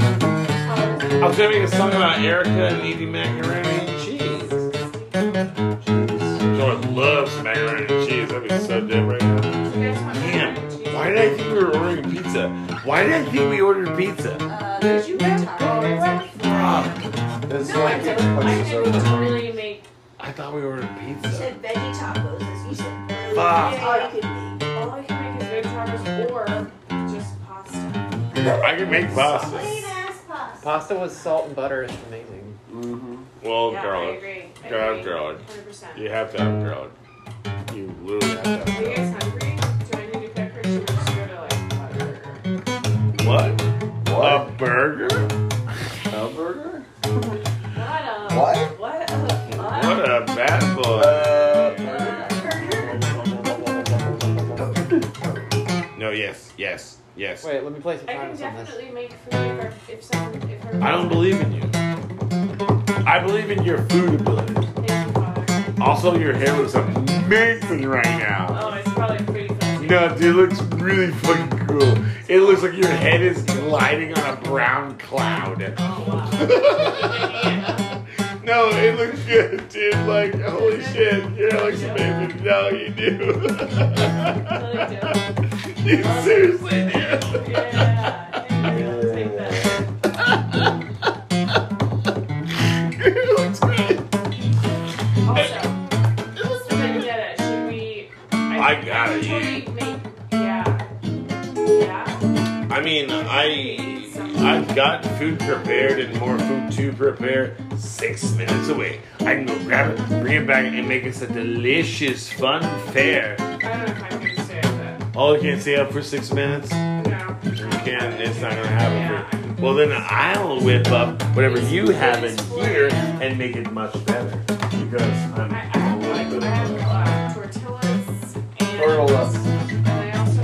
I was gonna make a song about Erica and eating macaroni and cheese. Jordan loves macaroni and cheese. That'd be so good right now. Damn. Why did I think we were ordering pizza? Why did I think we ordered pizza? Did you get tired? Fuck. This is No, I like didn't. I this is over. didn't really make. I thought we ordered You pizza. said veggie tacos. as You said veggie Fuck. all you could be. All I can make is veggie tacos or just pasta. I can make pasta. Plain ass pasta. Pasta with salt and butter is amazing. Well, yeah, I garlic. agree. I Garlic, agree. garlic. 100%. You have to have garlic. You literally have to have Are you garlic. guys hungry? Do I need to pepper you or just go to like a burger? What? A burger? A burger? What a What? what a fuck? What a bad boy. Uh, No, yes, yes, yes. Wait, let me play some I can times on this. definitely make food if, if someone if her I don't believe in you. I believe in your food ability. Thank you, Father. Also, your hair looks amazing right now. Oh, it's probably pretty fancy. No, dude, it looks really fucking cool. It looks like your head is gliding on a brown cloud. Oh wow. No, it looks good, dude. Like, holy shit, your hair looks amazing. No, you do. Really do. you seriously do. Yeah. Thank you. I'll take that. It looks great. Also, Benedetta, should we? I gotta eat. Should we make? Yeah. Yeah. I mean, I I've got food prepared and more food to prepare six minutes away. I can go grab it, bring it back, and make us a delicious, fun fare. I don't know if I'm gonna say it, Oh, you can't stay up for six minutes? You but no. can't. It's not gonna happen. For, well, then I'll whip up whatever you have in here and make it much better because I'm I, I have like I have uh, tortillas and. Hurl up. And I also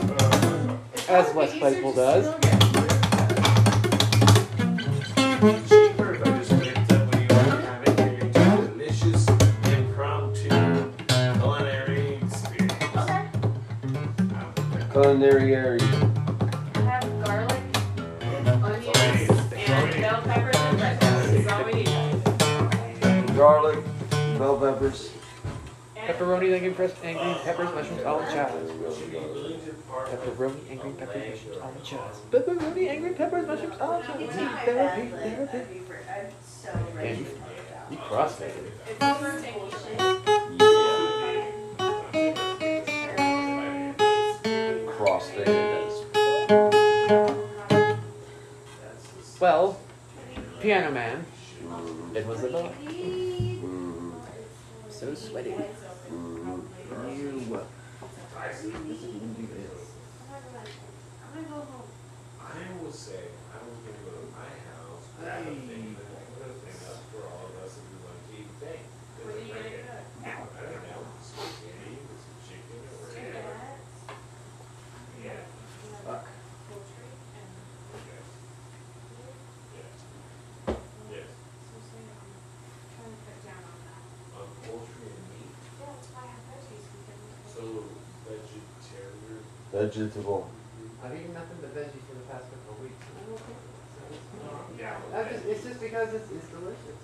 have um, plates. As West Claypool does. I just picked up when you were having your delicious impromptu culinary experience. Okay. Culinary area. I have garlic, onions, and bell peppers and red peppers. Is all we need. Garlic, bell peppers. Pepperoni, onion, pressed and green peppers, mushrooms, olive chives. Should we leave it part pepperoni and green pepper mushrooms on the chest. Pepperoni and green peppers mushrooms on the chest. Therapy, therapy. Man, you, you crossfaded. Crossfaded. Well, Piano Man. It was a lot. So sweaty. You. I will say, I will give you my house. I have a thing, I put a thing up for all of us if we want to eat a thing. What are you gonna cook? I don't know, spaghetti with some chicken or whatever. Yeah. Fuck. Yes. On poultry and meat, so vegetarian. Vegetable. I've eaten nothing but veggies for the past couple of weeks. Oh, Yeah. That's just, it's just because it's, it's delicious.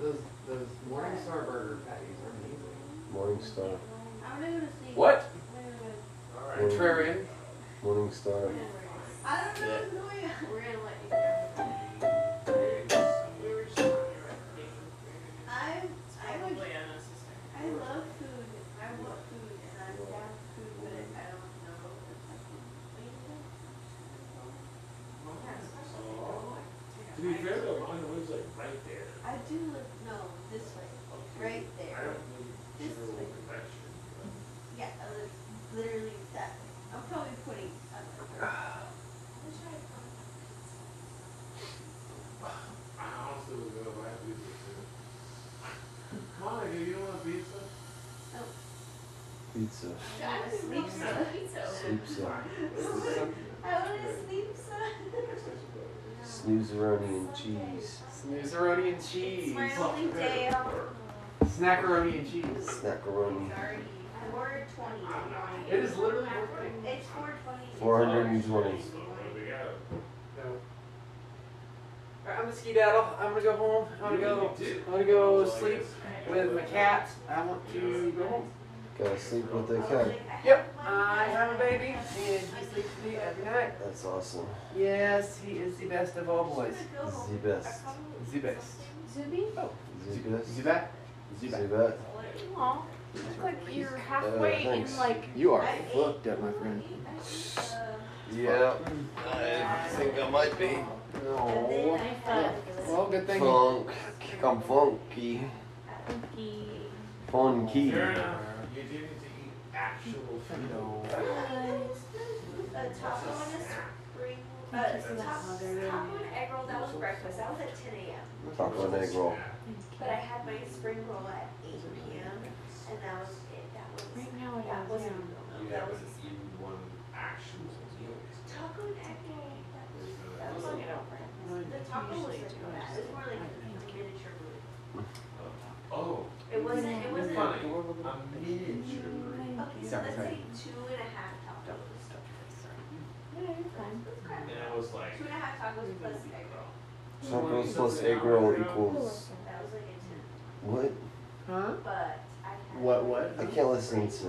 Those those Morningstar burger patties are amazing. Morningstar. What? Morning- Contrarian. Morningstar. To be fair though, mine was like right there. I do live, no, this way, right I there. don't really This sure way. what direction. Yeah, I live literally that way. I'm probably putting up. I honestly would go buy pizza too. Monica, you don't want pizza? Pizza. I want to sleep so. Sleep so. I want to sleep so. Snoozeroni and cheese. Snoozeroni and cheese. My only day off. Snackeroni and cheese. Snackaroni. Four twenty. It is literally It's four twenty. 420. Alright, I'm gonna skedaddle. I'm gonna go home. I'm gonna go. I'm gonna go sleep with my cat. I want to go home. Gotta sleep with the cat. Yep, I have a baby, and he sleeps with me every night. That's awesome. Yes, he is the best of all boys. The best. The best. Zuby? Oh. The best. The best. The best. Aw. Looks like you're Uh, halfway in thanks. like. You are fucked up, my friend. Yeah. I think I might be. No. Well, good thing. Funk. I'm funky. Funky. Fair enough. You didn't eat actual food. A taco and a spring, uh, taco, taco and egg roll, that was breakfast, that was at ten AM. Taco and egg roll. But I had my spring roll at eight PM, and that was it, that was. Right now it That was, You that was haven't eaten one actual meal. taco and egg roll, that was, that was like breakfast. The taco was like that, it was more like a miniature burrito. Oh. It wasn't, it wasn't. Funny. um, A miniature burrito. Okay, so Sorry, let's sorry. say two and a half tacos. And I was like, Two and a half tacos plus egg roll. Tacos plus egg roll equals. That was like a What? Huh? ten, but I What, what? I can't listen to.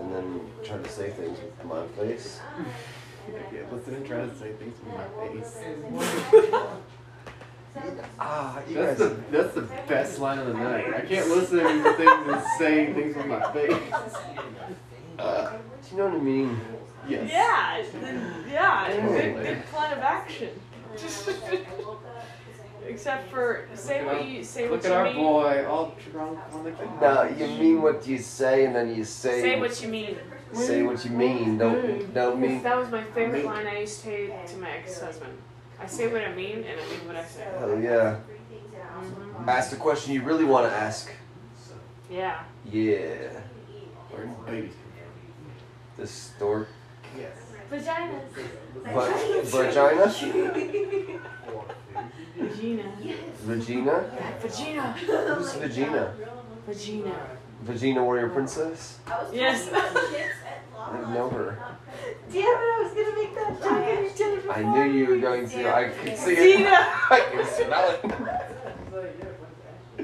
And then try to say things with my face. Yeah, listen and try to say things with my face. Ah, you guys. That's the that's the best line of the night. I can't listen to things and say things with my face. Uh, do you know what I mean? Yes. Yeah, it's the- yeah, good, good plan of action. Except for say Look what at our- you say what Look at you our mean. boy, all drunk on the couch. No, you mean what you say, and then you say. Say what you mean. Say what you mean. Don't don't Because mean. that was my favorite line I used to say to my ex-husband. I say what I mean and I mean what I say. Hell Oh, yeah. Mhm. Ask the question you really want to ask. Yeah. Yeah. Where did babies The stork. Yes. Vaginas. Va- vagina? Vagina. Vagina? Vagina. Who's Vagina? Vagina. Vagina Warrior Princess? Yes. I didn't know her. Damn it, I was gonna make that joke and you did it I knew you were going to. I could see it. Vagina. I could smell it.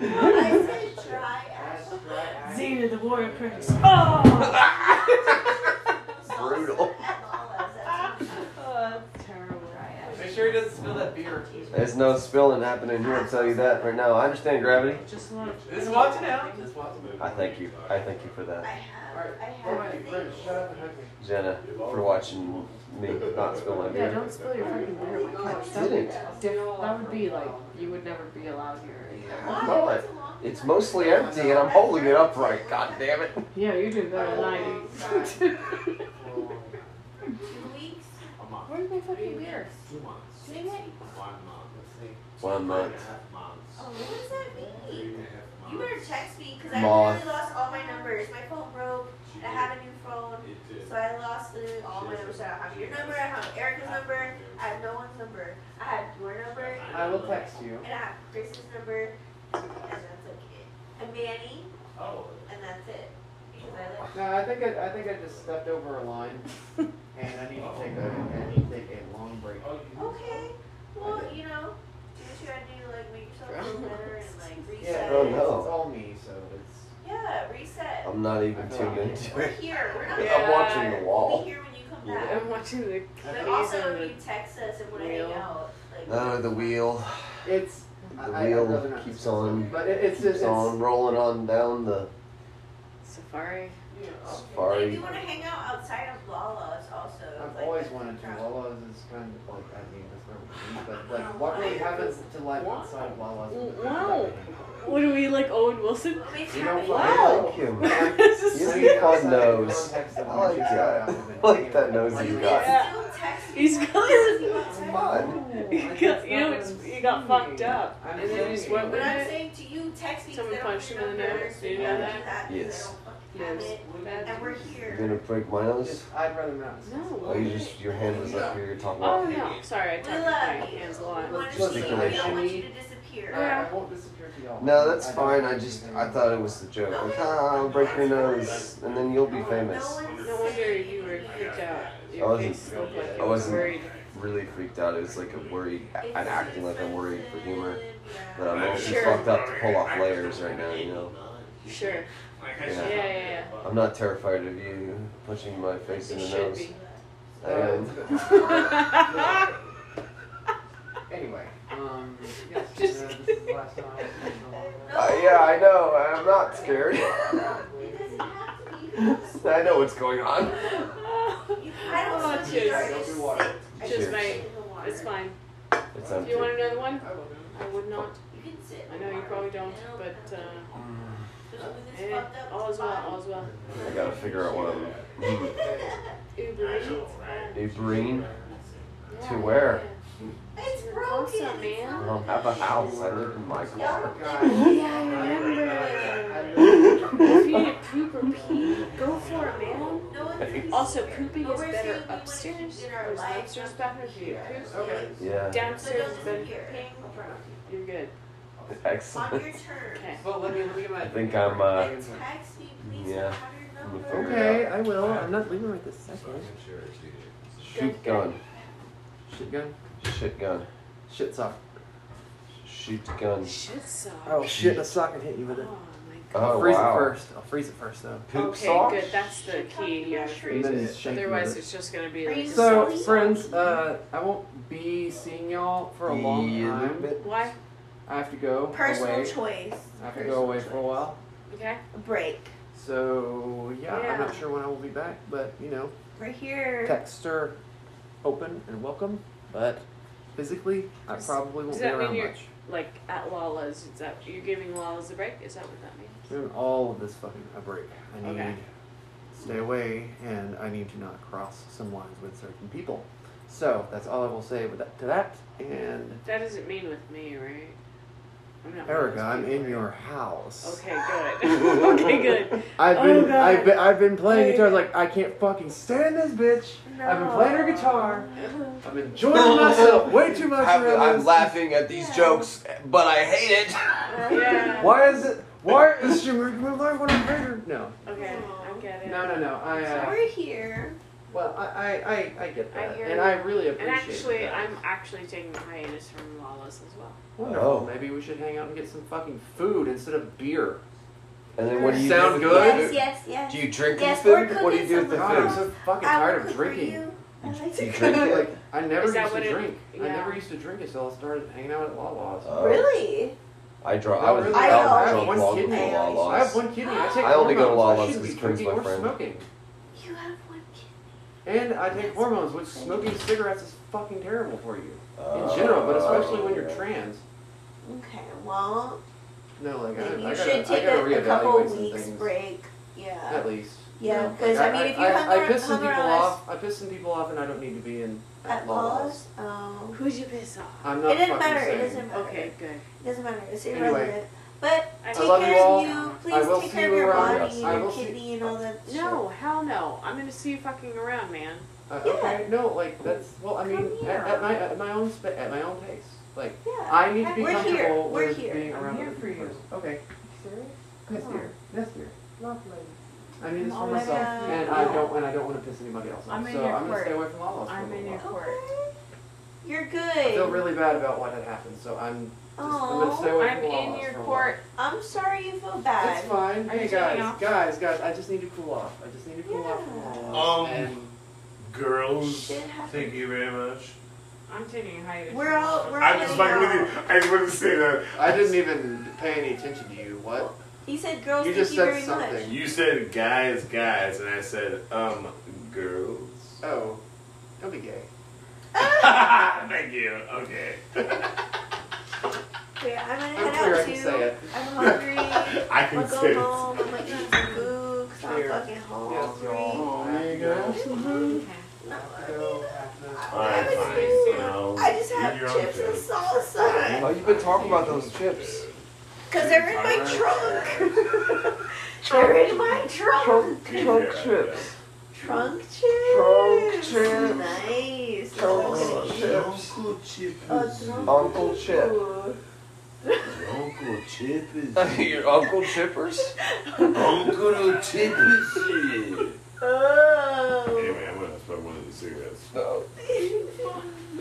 I said try. Xena the warrior prince. Oh! that beer. There's no spilling happening here, I'll tell you that right now. I understand gravity. Just watch. Just watch it out. Just watch it. I thank you. I thank you for that. Alright. What about you, Chris? Shut up and hug me. Jenna, for watching me not spill my Yeah, beer. don't spill your fucking beer. Oh my gosh, that would, diff- that would be like you would never be allowed here. But it's mostly empty and I'm holding it upright. God damn it. Yeah, you do better than I do. Where's my fucking beer? One month. Oh, what does that mean? You better text me because I Moth. literally lost all my numbers. My phone broke. and I have a new phone, so I lost literally all my numbers. So I don't have your number. I don't have Erica's number. I have no one's number. I have your number. I will text you. And I have Chris's number, and that's like it. And Manny. Oh. And that's it. Because I like. No, I think I, I think I just stepped over a line, and I need to take a, Oh. I need to take a long break. Okay. Well, you know, do what you gotta do. Like make yourself feel better and like reset. Yeah, Oh, it's, no. it's all me, so it's. Yeah, reset. I'm not even tuned into We're it. here. We're not. I'm watching the We'll wall. be here when you come Yeah. back. I'm watching the But also, if you text us and want to hang Wheel. out, like, No, the wheel. It's. The I, I'd rather wheel not. keeps on, But it- it's keeps just- it's- on rolling on down the Safari. if safari. you want to hang out outside of Lala's, also. I've like, always wanted to. Wawa's is kind of like, I mean, that's not really me, Oh but like, what really happens to life outside of Wawa's? Wow. What are we like, Owen Wilson? You don't Wow. like him. This is He's so- a fun nose. I like that. I like that nose he's got. He's got, Fun. he got, you know, it's, he got fucked up, and then he just went But with I'm it. saying to you, text me. 'cause Someone I don't punched have him in the your nose, number, you so know don't that? do that Yes. 'cause I don't have it, And we're here. You're gonna break my nose? I'd rather not. Oh, you just your hand was up here. You're talking Oh about. no, sorry, I talked with my hands a lot. want Just you to Speculation. disappear. I, I won't disappear for y'all. No, that's fine. I just I thought it was the joke. Like, ah, I'll break your nose, and then you'll be famous. No wonder you were freaked out. I Your face wasn't. looked like I you were wasn't worried. really freaked out. It was like a worry. I'm acting like I'm worried for humor, but I'm all too Sure. fucked up to pull off layers right now. You know. Sure. Yeah. Yeah, yeah, I'm not terrified of you punching my face in You the should nose. be. I am. yeah. Anyway, um, yes, uh, this is the last time. Uh, yeah, I know. I'm not scared. I know what's going on. I don't Oh, want to. cheers. Just sit. I Cheers, Cheers. mate. It's fine. It's Do you empty. want another one? I would not. You can sit. I know you probably don't, but uh, eh, all is well, all is well. I gotta figure out what I'm. Uber Eats. A breen to where? It's Awesome, man. I don't have a house. I live in my car. Yeah, I remember. if you need to poop or pee, go for it, man. Also, pooping is better upstairs. There's an upstairs bathroom if you poop. Yeah. Downstairs is better for peeing. You're good. Excellent. Okay. But let me let me get my. I think I'm. Uh, Text me, please. yeah. I'm gonna figure it Okay, out. I will. I'm not leaving right this second. Shoot gun. Shit gun. Shit gun. Shit sock. Shoot gun. Shit sock. Oh shit! A sock and hit you with Uh, it. Oh I'll freeze wow. it first. I'll freeze it first though. okay, good. That's the key. You gotta freeze And then it. shake with Otherwise, it. it's just gonna be like. So, soft. friends, uh, I won't be seeing y'all for a long Yeah, a little time. bit. Why? I have to go Personal away. choice. I have to go away for a while. Okay. A break. So yeah, I'm Yeah. not sure when I will be back, but you know, We're here. texts are open and welcome. But physically, I probably won't Does be that mean around you're much. like at Lala's? Is that you're giving Lala's a break? Is that what that means? Doing all of this fucking a break. I need Okay. to stay away, and I need to not cross some lines with certain people. So that's all I will say with that, to that. And That doesn't mean with me, right? I'm not. one of those Erica, I'm in your house. Okay, good. okay, good. I've Oh, been, God. I've been, I've been playing Wait. guitar. Like I can't fucking stand this bitch. I've been playing her guitar. I'm enjoying myself way too much. Oh, Have- around I'm this. laughing at these jokes, but I hate it. Yeah. Why is it? Why is she making me laugh when I'm bigger? No, Okay, I get it. no, no, no. I, So uh, we're here. well, I, I, I, I get I that, hear and you. I really And appreciate. actually, that. I'm actually taking a hiatus from Lala's as well. Wonderful. Oh. Maybe we should hang out and get some fucking food instead of beer. And then what do you Sound do with good? the Yes, yes, yes. food? Do you drink Yes, the we're food? What do you do with cooking the some God, I'm food? so fucking I will tired of cook for drinking. you. I like to Like, cook. I never Is that used what to it- drink. I yeah. never used to drink until I started hanging out at Lala's. Oh. Really? I draw. Not I was. really. I, I was have drunk one long kidney. before Lala's. I have one kidney. I take I only go to hormones. I Lala's shouldn't because Prince, be my drinking or friend. Smoking. You have one kid. And I take hormones, which smoking cigarettes is fucking terrible for you. Oh, In general, but especially when you're trans. Okay, well, No, like I, then I you gotta, should take I gotta a, a reevaluate couple some weeks things. break. Yeah. At least. Yeah, Like, because I mean, if you I, hung, I, I ar- piss some hung people around off. I piss some people off, and I don't need to be in at Lala's. Paul's, um, who'd you piss off? I'm not it doesn't fucking matter. saying. It doesn't matter. Okay, good. It doesn't matter. It's Anyway. irrelevant. But I take love you care all. of you. I Please will take see care of you your around. body I and your will see- kidney and all that. No, hell no. I'm gonna see you fucking around, man. Uh, Okay, no, like that's well. I mean, Come at, here. at my at my own sp- at my own pace. Like I need to be We're comfortable here. We're with here. being I'm around here other for people you. first. Okay, Serious? this year, next year. Lovely. I mean this Oh for my myself, God. and I don't and I don't want to piss anybody else off. I'm in so your I'm gonna court. stay away from all of us. I'm in your court. You're good. I feel really bad about what had happened, so I'm just I'm gonna stay away from all of us for a while. I'm sorry you feel bad. It's fine. Are you Hey turning guys, off? guys, guys, I just need to cool off. I just need to cool off from all of us. Um, girls, Shit happens. thank you very much. I'm taking a hiatus. We're all we're I'm all just getting fucking with off. you. I just wanted to say that. I didn't even pay any attention to you. What? He said, "Girls, You thank just you said very something. much." You said guys, guys, and I said um girls. Oh, don't be gay. Thank you. Okay. Wait, I'm gonna I'm head clear I out can too. say it. I'm hungry. I can I'll go say it. home. I'm gonna eat some food 'cause I'm Clear. fucking hungry. No, I mean, Alright, fine. No. I just You have do your own chips thing. and salsa Oh, you've been talking about those chips. because they're in my trunk. they're in my trunk. Trunk chips. Trunk chips. Trunk chips. Nice. Trunk I'm gonna eat chips. Chip a trunk Uncle Chip. food. Uncle Chip is. Your Uncle Chippers? Uncle Chip is. Oh. Anyway, I'm gonna smoke one of these cigarettes. No.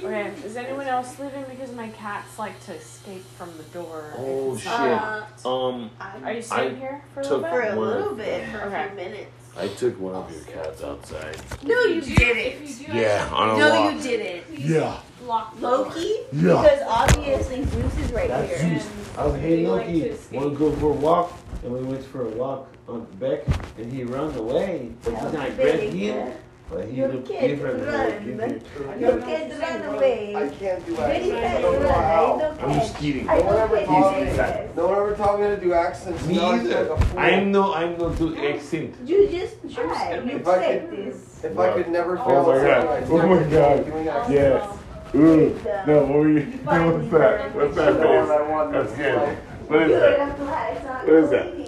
Okay, is anyone else leaving? Because my cats like to escape from the door. Oh shit. Uh, um, Are you staying here for a little took- bit? For a One. little bit, for a Okay. few minutes. I took one of your cats outside. No, you didn't. Yeah, on a No, walk. you didn't. Yeah, Lock the door. Loki? Yeah. Because obviously Zeus is right That's here. Zeus. I was They hey like to Loki, escape. wanna go for a walk? And we went for a walk on the back and he ran away. But he's not Big, great here. yeah. But he You looked can't different. run. He looked different. You can run away. I can't do Very accents. I bad don't know how. run. I'm just kidding. I No one don't ever get taught it. me. No one ever taught me to do accents. Me Now I feel either. like a fool. I'm no I'm not too accent. You just try. You If I check could- this. If I could never fail, Oh my at god. something, I'd Oh my never keep god. doing accents. Yes. Ooh. No, what were you? No, what's that? What's that face? That's good. What is You're that? a black, not What is that? lady.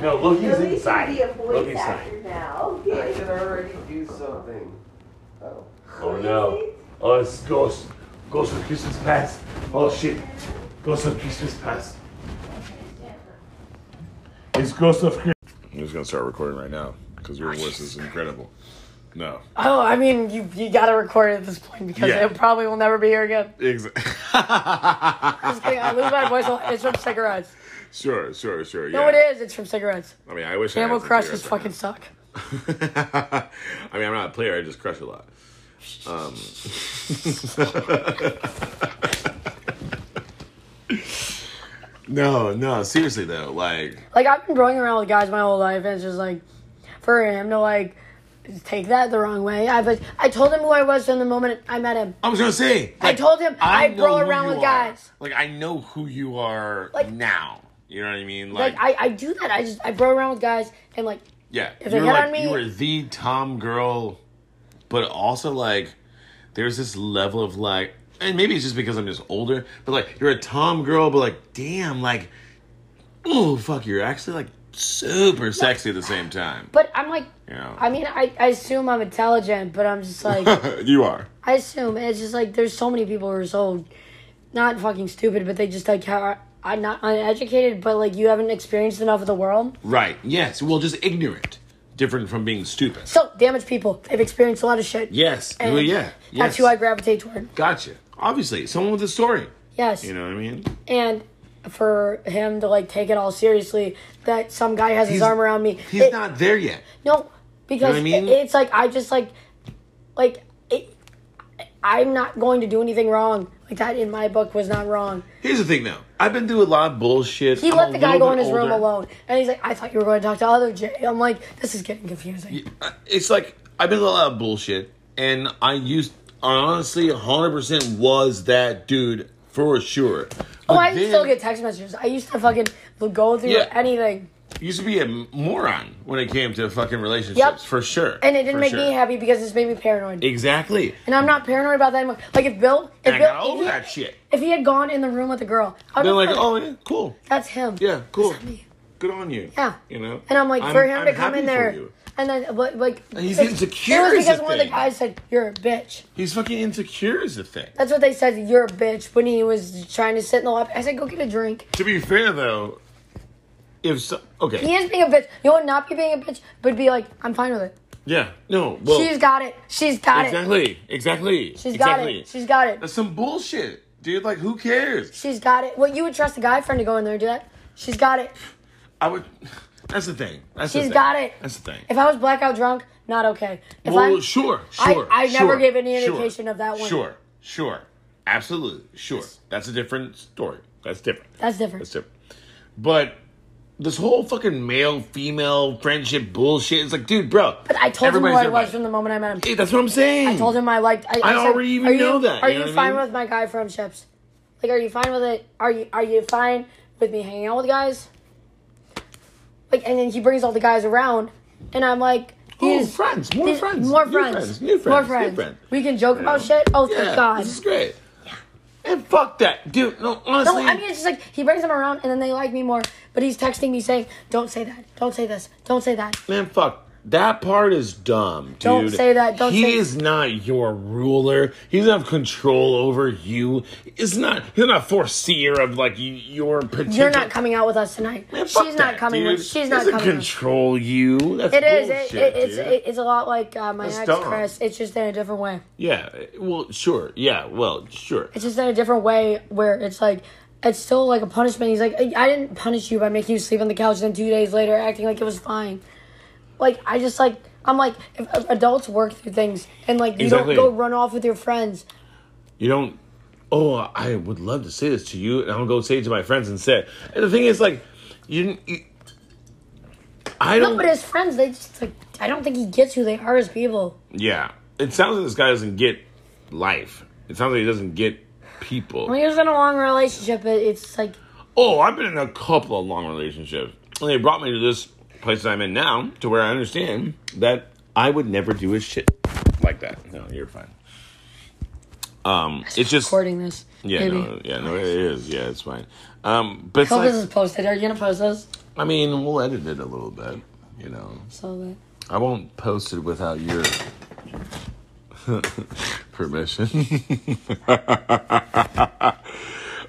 No, Loki's At least inside. you be a voice Loki's actor inside. now. I can already do something. Oh. Oh no. Oh, it's ghost. Ghost of Christmas past. Oh shit. Ghost of Christmas past. It's Ghost of Christmas. I'm just gonna start recording right now because your voice is incredible. No. Oh, I mean, you you gotta record it at this point because Yeah. it probably will never be here again. Exactly. I'm just kidding. I lose my voice. It's from cigarettes. Sure, sure, sure. No, yeah. it is. It's from cigarettes. I mean, I wish I had Camel some crushes fucking cigarettes suck. I mean, I'm not a player. I just crush a lot. Um, no, no, seriously though, like Like I've been growing around with guys my whole life, and it's just like for him to like take that the wrong way. I was I told him who I was in the moment I met him. I was gonna say, I told him I, know roll who around you with are. guys. Like I know who you are Like- now. You know what I mean? Like, I, I do that. I just I roll around with guys and like Yeah, If they you hit were like on me- you were the Tom girl, but also like there's this level of like, and maybe it's just because I'm just older, but like you're a Tom girl, but like damn, like oh fuck, you're actually like super sexy at the same time. but I'm like You know, I mean I, I assume I'm intelligent, but I'm just like Uh, you are. I assume it's just like there's so many people who are so not fucking stupid, but they just like are are not uneducated, but like you haven't experienced enough of the world. Right. Yes. Well, just ignorant, different from being stupid. So damaged people, they've experienced a lot of shit. Yes. And well, yeah. That's Yes. who I gravitate toward. gotcha. Obviously, someone with a story. Yes. You know what I mean? And for him to like take it all seriously, that some guy has his He's- arm around me. He's it- not there yet. No, because I mean? it- it's like I just like, like it, I'm not going to do anything wrong. Like that in my book was not wrong. Here's the thing, though. I've been through a lot of bullshit. He I'm let a the guy little go in bit his room older. alone, and he's like, "I thought you were going to talk to other Jay." I'm like, "This is getting confusing." It's like I've been through a lot of bullshit, and I used I honestly 100 percent was that dude for sure. oh, But I then- still get text messages. I used to fucking go through Yeah. anything, used to be a moron when it came to fucking relationships Yep. for sure. and it didn't For make sure. me happy because this made me paranoid. Exactly. and I'm not paranoid about that anymore. Like if Bill, if And I Bill, got if over he- that shit. If he had gone in the room with the girl, I They're would like, have oh yeah, cool. that's him. Yeah, cool. Good on you. Yeah. You know? And I'm like, for him to come happy in for there, you. and then but, like, And he's it- insecure It was is because the one of the thing. guys said, "You're a bitch." He's fucking insecure is the thing. That's what they said. You're a bitch when he was trying to sit in the lobby. I said, "Go get a drink." To be fair though, if so okay. He is being a bitch. You know, what, not be being a bitch, but be like, "I'm fine with it." Yeah. No. Well, She's got it. She's got exactly, Exactly. it. She's exactly. got it. She's got it. That's some bullshit, dude. Like, who cares? She's got it. What you would trust a guy friend to go in there and do that? She's got it. I would. That's the thing. That's She's the thing. got it. That's the thing. If I was blackout drunk, not okay. If well, I'm- sure, I- sure. I never sure, gave any sure, indication of that one. Sure, sure, absolutely, sure. That's a different story. That's different. That's different. That's different. But this whole fucking male female friendship bullshit is like, dude, bro. But I told him everybody's who I everybody. was from the moment I met him. Hey, that's what I'm saying. I told him I liked. I, I said, already even "Are you- know that, Are you you, know what I fine mean? with my guy friendships? Like, are you fine with it? Are you are you fine with me hanging out with guys? Like, and then he brings all the guys around, and I'm like, Oh, these friends, more these- friends, more new friends, friends, new more friends, new friends. friends. We can joke about shit. Oh, yeah, thank God. This is great. And fuck that, dude. No, honestly. No, I mean it's just like he brings them around, and then they like me more. But he's texting me saying, "Don't say that. Don't say this. Don't say that." Man, fuck. That part is dumb, dude. Don't say that, don't he say- is not your ruler. He doesn't have control over you. It's not. He's not foreseer of like y- your potential. You're not coming out with us tonight. Fuck she's that, not coming. dude. With, she's He not doesn't coming. with- control you. That's it is. it, Bullshit, it, it's dude. it, it's a lot like uh, my That's ex dumb. Chris. It's just in a different way. yeah. Well, sure. Yeah. Well, sure. It's just in a different way where it's like it's still like a punishment. He's like, I I didn't punish you by making you sleep on the couch, and then two days later acting like it was fine. Like I just like I'm like if if adults work through things and like you Exactly. don't go run off with your friends. you don't oh i would love to say this to you and i'll go say it to my friends instead and the thing is like you, didn't- you i No, don't but his friends, they just like I don't think he gets who they are as people. yeah it sounds like this guy doesn't get life it sounds like he doesn't get people When he was in a long relationship, it, it's like oh i've been in a couple of long relationships and they brought me to this place that i'm in now to where i understand that i would never do a shit like that no you're fine um it's just recording this. yeah maybe. no, yeah no it is yeah it's fine um but I it's hope like, this is posted. Are you gonna post this? I mean, we'll edit it a little bit, you know. So that. I won't post it without your permission.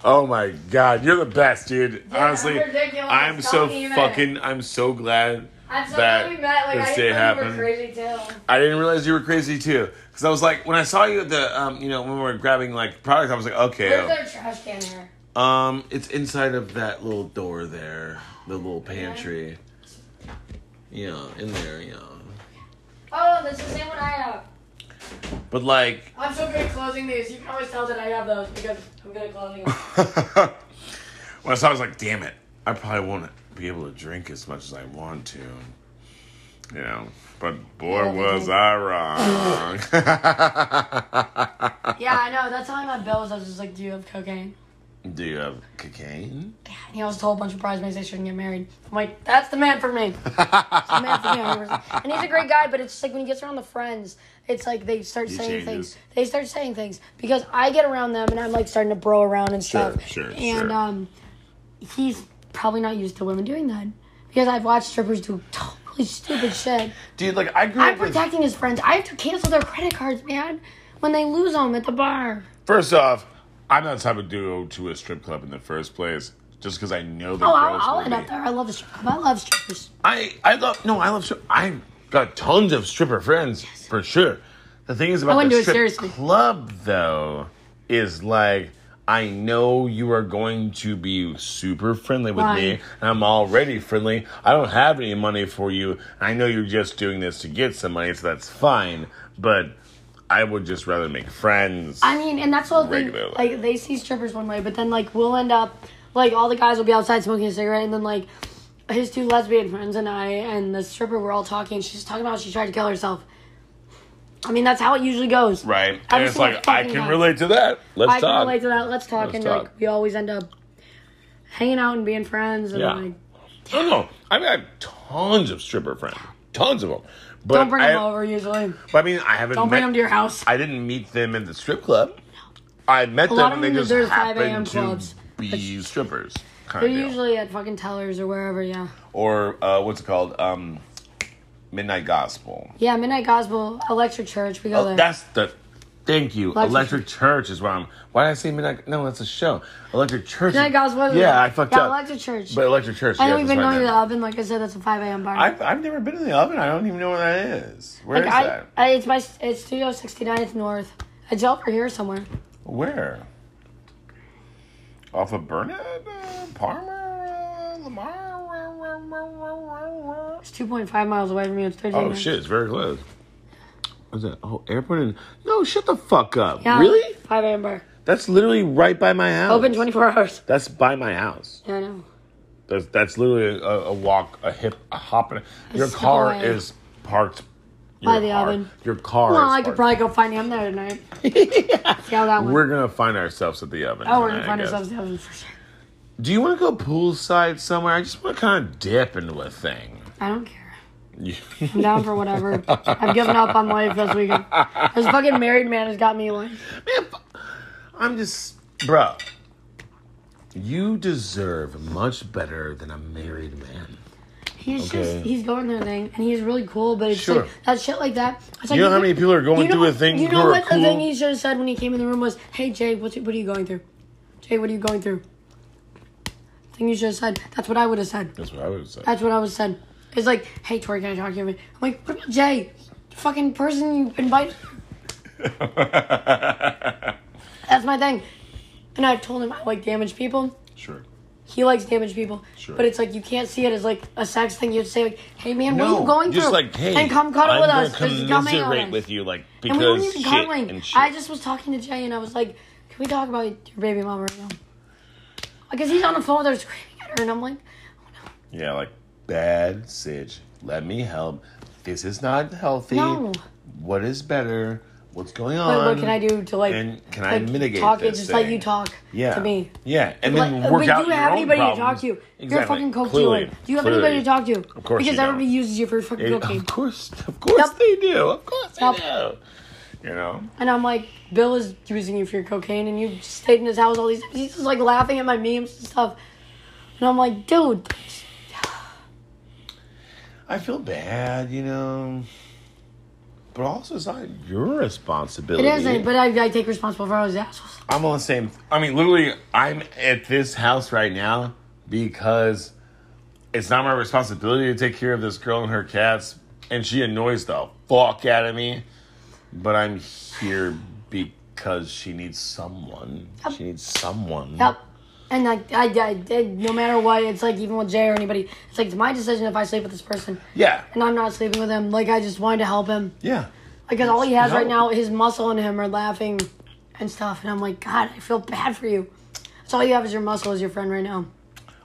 oh my god, you're the best, dude. Honestly, I'm ridiculous. I'm so Don't even. fucking I'm so glad I'm so that glad we met. Like, this I day didn't know you were happened. crazy too. I didn't realize you were crazy too. Cause I was like, when I saw you at the, um, you know, when we were grabbing like products, I was like, okay, Where's their trash can here? um, it's inside of that little door there, the little pantry. Yeah, in there, yeah. Oh, that's the same one I have. But like, I'm so good at closing these. You can always tell that I have those because I'm good at closing them. Well, so I was like, damn it. I probably won't be able to drink as much as I want to. You know, but boy, was I wrong. yeah, I know. That's how I met Bill. Was I was just like, "Do you have cocaine?" Do you have cocaine? And he always told a bunch of bridesmaids they shouldn't get married. I'm like, "That's the man for me." He's the man for me. 100%. And he's a great guy, but it's just like when he gets around the friends, it's like they start He saying changes. things. They start saying things because I get around them and I'm like starting to bro around and Sure, stuff. sure, and sure. um, he's probably not used to women doing that because I've watched strippers do totally stupid shit. Dude, like, I grew I'm up with. protecting his friends. I have to cancel their credit cards, man, when they lose them at the bar. First off, I'm not the type of duo to a strip club in the first place. Just because I know the oh, I'll, girls I'll will end be. up there. I love the strip club. I love strippers. I, I love, no, I love, stri- I've got tons of stripper friends, for sure. The thing is I about wouldn't the do it strip seriously. club, though, is like, I know you are going to be super friendly with me, Right. and I'm already friendly. I don't have any money for you. I know you're just doing this to get some money, so that's fine. But I would just rather make friends. I mean, and that's all the thing. Regularly. Like they see strippers one way, but then like we'll end up like all the guys will be outside smoking a cigarette, and then like his two lesbian friends and I and the stripper were all talking. and She's talking about how she tried to kill herself. I mean, that's how it usually goes. Right. And Every it's single like, I fucking can time. relate to that. Let's I talk. can relate to that. Let's talk, Let's and talk. like we always end up hanging out and being friends, and Yeah. like I don't know. I mean, I have tons of stripper friends, tons of them. But don't bring I, them over usually. But I mean, I haven't. Don't bring met- them to your house. I didn't meet them in the strip club. I met A them lot and of they them just deserve 5 a.m. happened to clubs. be strippers. Kind They're of deal. usually at fucking tellers or wherever. Yeah. or uh, what's it called? Um, Midnight Gospel. Yeah, Midnight Gospel, Electric Church. We go Oh, there. that's the. Thank you. Electric Electric, Church is where I'm. Why did I say Midnight? No, that's a show. Electric Church. Midnight Gospel. is- Yeah, I fucked yeah, up. Electric Church. But Electric Church. I yes, know we've that's been what I going to meant. the oven. Like I said, that's a 5 a.m. bar. I've, I've never been in the oven. I don't even know where that is. Where is like, I, that? I, it's my it's Studio 69th North. It's over here somewhere. Where? Off of Burnett? Uh, Parma? It's 2.5 miles away from me. It's 13 Oh minutes. shit, it's very close. What's that? Oh, airport in. No, shut the fuck up. Yeah, Really? 5 a.m. bar. That's literally right by my house. Open 24 hours. That's by my house. Yeah, I know. That's that's literally a, a walk, a hip, a hop. and a- A Your step car away. is parked. By your the car- oven. Your car. well, is I could parked. probably go find him there tonight. See how that went. We're gonna find ourselves at the oven. oh, we're tonight, gonna I find guess. ourselves heaven for sure. Do you want to go poolside somewhere? I just want to kind of dip into a thing. I don't care. You- I'm down for whatever. I've given up on life this weekend. This fucking married man has got me like. I'm just, bro. You deserve much better than a married man. He's Okay. just he's going through a thing and he's really cool, but it's Sure. like that shit like that. It's like, you know how many people are going you know- through a thing? You who know are what cool? the thing he should have said when he came in the room was, "Hey Jay, what's what are you going through? Jay, what are you going through?" Thing you should have said. That's what I would have said. That's what I would say. That's what I would have said. It's like, "Hey Tori, can I talk to you?" I'm like, "What about Jay? Fucking person you invite." That's my thing. And I told him I like damaged people. Sure. He likes damaged people. Sure. But it's like you can't see it as like a sex thing. You have to say like, hey man, no, what are you going just through? like hey, and come cuddle I'm with gonna us. This is coming on Commiserate us." with you, like and we weren't because even shit cuddling. and shit. I just was talking to Jay and I was like, can we talk about your baby mama right now? Because he's on the phone with her screaming at her and I'm like, yeah, like bad sitch. Let me help. This is not healthy. no. What is better? What's going Like, on? what can I do to like, And can like I mitigate talk this it's just thing? like you talk yeah. to me. Yeah, and then Like, work but out do you your have own anybody to problems. talk to? You're a Exactly. fucking coke Clearly. dealer. Do you have Clearly. anybody to talk to? Of course Because you everybody don't. uses you for fucking It- cocaine. Of course, of course they do. Of course Yep. they do. You know, And I'm like, Bill is using you for your cocaine, and you stayed in his house all these. He's just like laughing at my memes and stuff. And I'm like, dude, I feel bad. You know, but also it's not your it responsibility. isn't. But I, I take responsibility for all his assholes. I'm on the same. I mean, literally, I'm at this house right now because it's not my responsibility to take care of this girl and her cats, and she annoys the fuck out of me. But I'm here because she needs someone. She needs someone. Yep. And like, I, I, I, no matter what, it's like even with Jay or anybody, it's like it's my decision if I sleep with this person. Yeah. And I'm not sleeping with him. Like I just wanted to help him Yeah. because all he has right now, No. his muscle and him are laughing and stuff. And I'm like, God, I feel bad for you. So all you have is your muscle as your friend right now.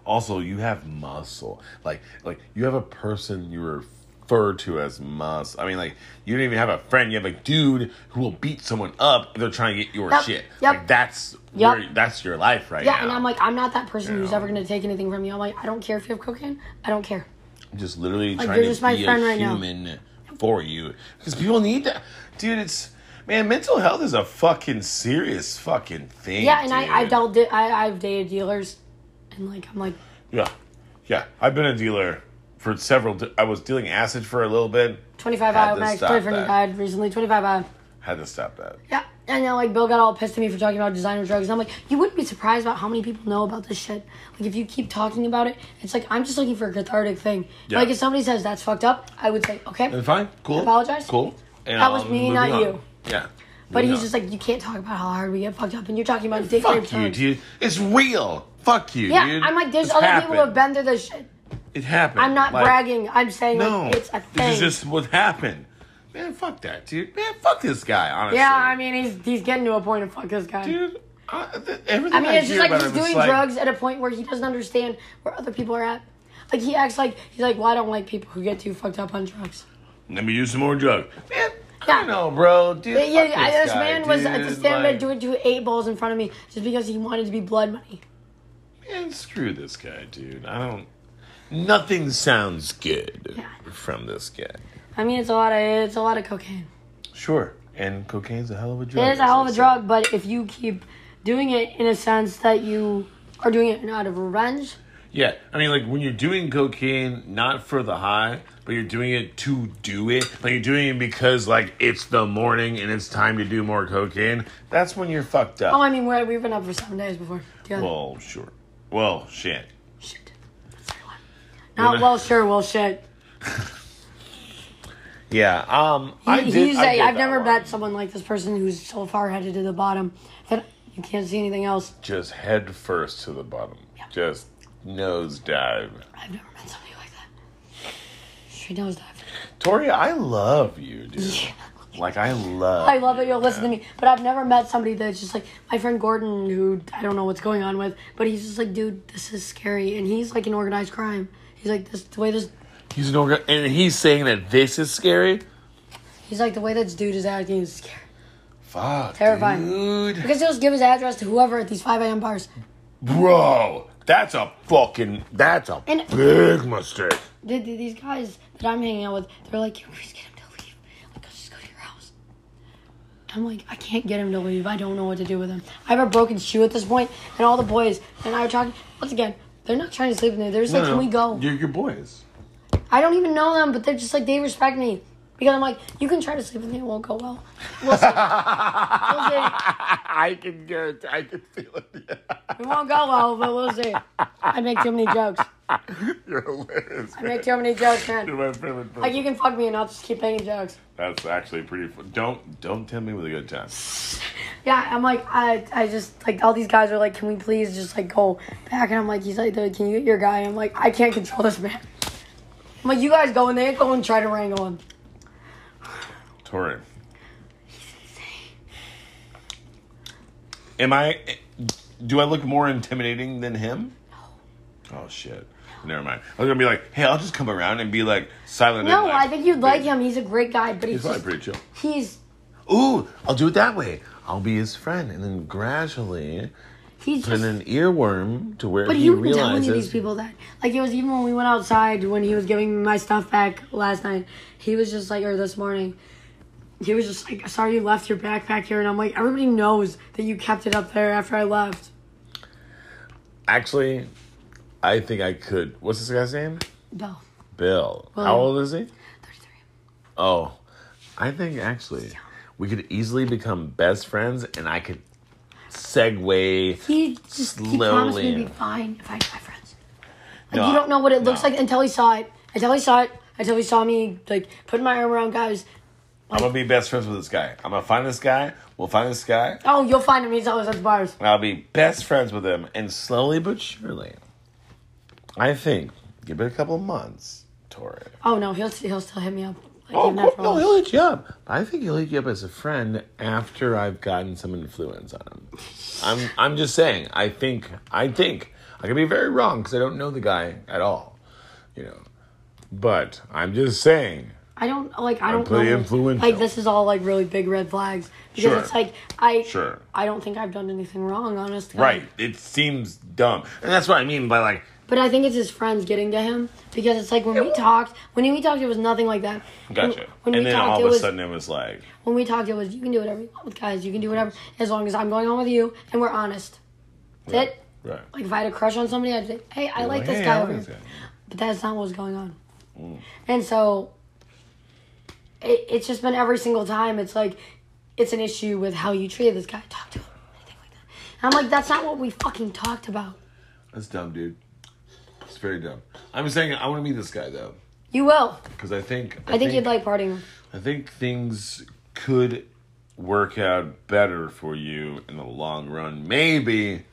Also, you have muscle. Like, like you have a person you refer to as muscle. I mean, like you don't even have a friend. You have a dude who will beat someone up if they're trying to get your Yep, shit. yep. Like that's Yep. where, that's your life right yeah, now. and I'm like, I'm not that person You who's know. ever gonna take anything from you. I'm like, I don't care if you have cocaine. I don't care. I'm just literally Like, trying you're to just my be friend a right now. human for you because people need that. Dude, it's man, mental health is a fucking serious fucking thing. yeah, and I, I've dude. dealt, di- I, I've dated dealers, and like, I'm like, Yeah, yeah. I've been a dealer for several. d I I was dealing acid for a little bit. 25 Had hour to max stop boyfriend who that. died recently. 25 hour. Had to stop that. Yeah, and then like Bill got all pissed at me for talking about designer drugs. And I'm like, you wouldn't be surprised about how many people know about this shit. Like, if you keep talking about it, it's like I'm just looking for a cathartic thing. Yeah. Like, if somebody says that's fucked up, I would say, okay, And fine, cool. Apologize. Cool. And That was I'm me, moving not on. you. Yeah. But moving he's on. just like, you can't talk about how hard we get fucked up, and you're talking about dick rape fuck you, drugs. dude. It's real. Fuck you, yeah, dude. I'm like, there's This other happened. people who have been through this shit. It happened. I'm not Like, bragging. I'm saying No, like, it's a this thing. is just what happened. man, fuck that, dude. Man, fuck this guy, honestly. Yeah, I mean, he's he's getting to a point of fuck this guy. Dude, everything I mean, I it's hear just like about he's him, it's doing like- drugs at a point where he doesn't understand where other people are at. Like he acts like he's like, well, I don't like people who get too fucked up on drugs. Let me use some more drugs. Man, Yeah. no, bro, dude. Yeah, yeah, fuck I- this, this guy, man was at the dude, stand like, like, doing two eight balls in front of me just because he wanted to be blood money. Man, screw this guy, dude. I don't. Nothing sounds good from this guy. I mean, it's a lot of it's a lot of cocaine. Sure, and cocaine's a hell of a drug. It is a hell of a drug, but if you keep doing it in a sense that you are doing it out of revenge, Yeah, I mean, like when you're doing cocaine, not for the high, but you're doing it to do it. Like you're doing it because like it's the morning and it's time to do more cocaine. That's when you're fucked up. oh, I mean, we're, we've been up for seven days before. Yeah. Well, sure. Well, shit. Not yeah. well, sure, well, shit. Yeah. Um, I He- did. he's I a, did I've that never one. met someone like this person who's so far headed to the bottom that you can't see anything else. Just head first to the bottom. Just nose dive. I've never met somebody like that. She knows that. Tori, I love you, dude. Like I love. I love it. You'll listen to me, but I've never met somebody that's just like my friend Gordon, who I don't know what's going on with, but he's just like, dude, this is scary, and he's like an organized crime. He's like this the way this. He's an organ, and he's saying that this is scary. He's like the way this dude is acting is scary, Fuck, terrifying. dude. Because he'll just give his address to whoever at these five a.m. bars. Bro, that's a fucking that's a And- big mistake. Th- th- These guys that I'm hanging out with, they're like, "Can we just get him to leave? Like, let's just go to your house." I'm like, I can't get him to leave. I don't know what to do with him. I have a broken shoe at this point, and all the boys and I are talking. Once again, they're not trying to sleep with me. They're just No, like, no, "Can we go?" You're your boys. I don't even know them, but they're just like they respect me because I'm like, you can try to sleep with me, it won't go well. We'll see. we'll see. I can guarantee. I can feel it. It won't go well, but we'll see. I make too many jokes. You're hilarious. I man. make too many jokes, You're man. my favorite person. Like you can fuck me and I'll just keep making jokes. That's actually pretty. Fun. Don't don't tempt me with a good time. Yeah, I'm like, I, I just like all these guys are like, can we please just like go back? And I'm like, he's like, dude, can you get your guy? I'm like, I can't control this man. I'm like, you guys go and they go and try to wrangle him. Tori. Am I? Do I look more intimidating than him? No. Oh shit. Never mind. I was gonna be like, hey, I'll just come around and be like silent. and No, like, I think you'd like him. He's a great guy, but he's he's probably just, pretty chill. he's Ooh, I'll do it that way. I'll be his friend, and then gradually he's put in just. an earworm to where But he, he wouldn't tell any of these realizes. people that. Like it was even when we went outside when he was giving me my stuff back last night. He was just like, or this morning, he was just like, "Sorry, you left your backpack here," and I'm like, "Everybody knows that you kept it up there after I left." Actually, I think I could. What's this guy's name? No. Bill. William. How old is he? Thirty-three. Oh, I think actually we could easily become best friends, and I could segue. He just he promised me Slowly. to be fine if I had my friends. Like No, you don't know what it looks no. like until he saw it. Until he saw it. Until he saw me like putting my arm around guys. I'm gonna be best friends with this guy. I'm gonna find this guy. We'll find this guy. Oh, you'll find him. He's always at the bars. And I'll be best friends with him, and slowly but surely, I think give it a couple of months, Tori. Oh no, he'll he'll still hit me up. Like, Oh, even cool. after all no, this. he'll hit you up. I think he'll hit you up as a friend after I've gotten some influence on him. I'm, I'm just saying. I think, I think I could be very wrong because I don't know the guy at all, you know. But I'm just saying. I don't like. I I'm don't pretty know. influential. Like this is all like really big red flags because Sure. it's like I. Sure. I don't think I've done anything wrong, honest. to God. Right. It seems dumb, and that's what I mean by like. But I think it's his friends getting to him because it's like when we talked, when we talked, it was nothing like that. Gotcha. When, when and we then talked, it all of a was, sudden, it was like, when we talked, it was you can do whatever you want with guys. You can do whatever as long as I'm going on with you and we're honest. That's it. right. Like if I had a crush on somebody, I'd say, hey, I You're like this "Hey, guy I over like here." this guy. But that's not what was going on. Mm. And so it, it's just been every single time. It's like it's an issue with how you treated this guy. Talk to him, anything like that. And I'm like, that's not what we fucking talked about. That's dumb, dude. It's very dumb. I'm saying I want to meet this guy though, You will. because I think I, think, you'd like partying. with- I think things could work out better for you in the long run. Maybe.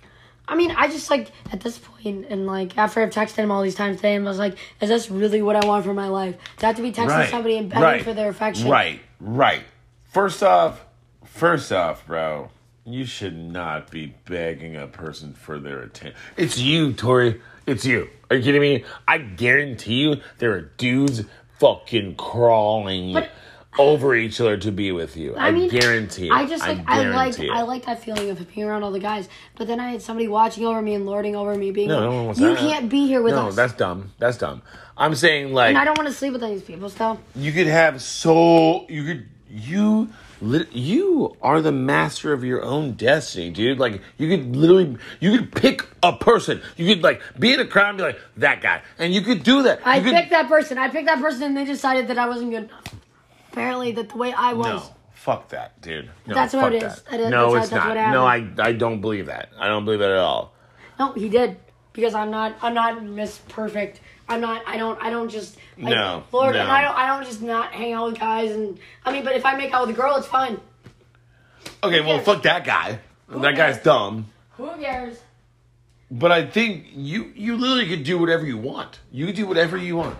I mean, I just like at this point, and like after I've texted him all these times today, and I was like, is this really what I want for my life? To have to be texting Right. somebody and begging Right. for their affection. Right. Right. First off, first off, bro, you should not be begging a person for their attention. It's you, Tori. It's you. Are you kidding me? I guarantee you there are dudes fucking crawling But- over each other to be with you. I, guarantee it. I just like I, like guarantee it. I like that feeling of being around all the guys, but then I had somebody watching over me and lording over me, being No, like, no one wants "You that. can't be here with no, us," that's dumb. That's dumb. I'm saying like and I don't want to sleep with any of these people. So you could have so you could you lit- you are the master of your own destiny dude like you could literally you could pick a person you could like be in a crowd and be like that guy and you could do that I you could, picked that person. I picked that person, and they decided that I wasn't good enough. Apparently, that the way I was. no fuck that dude no, That's what fuck it is. that. That is- no that's it's how- that's not no i i don't believe that i don't believe that at all No, he did because I'm not. I'm not Miss Perfect. I'm not. I don't. I don't just. like, No, Lord, no. and I don't. I don't just not hang out with guys. And I mean, but if I make out with a girl, it's fine. okay well fuck that guy that guy's dumb Who cares? but i think you you literally could do whatever you want you could do whatever you want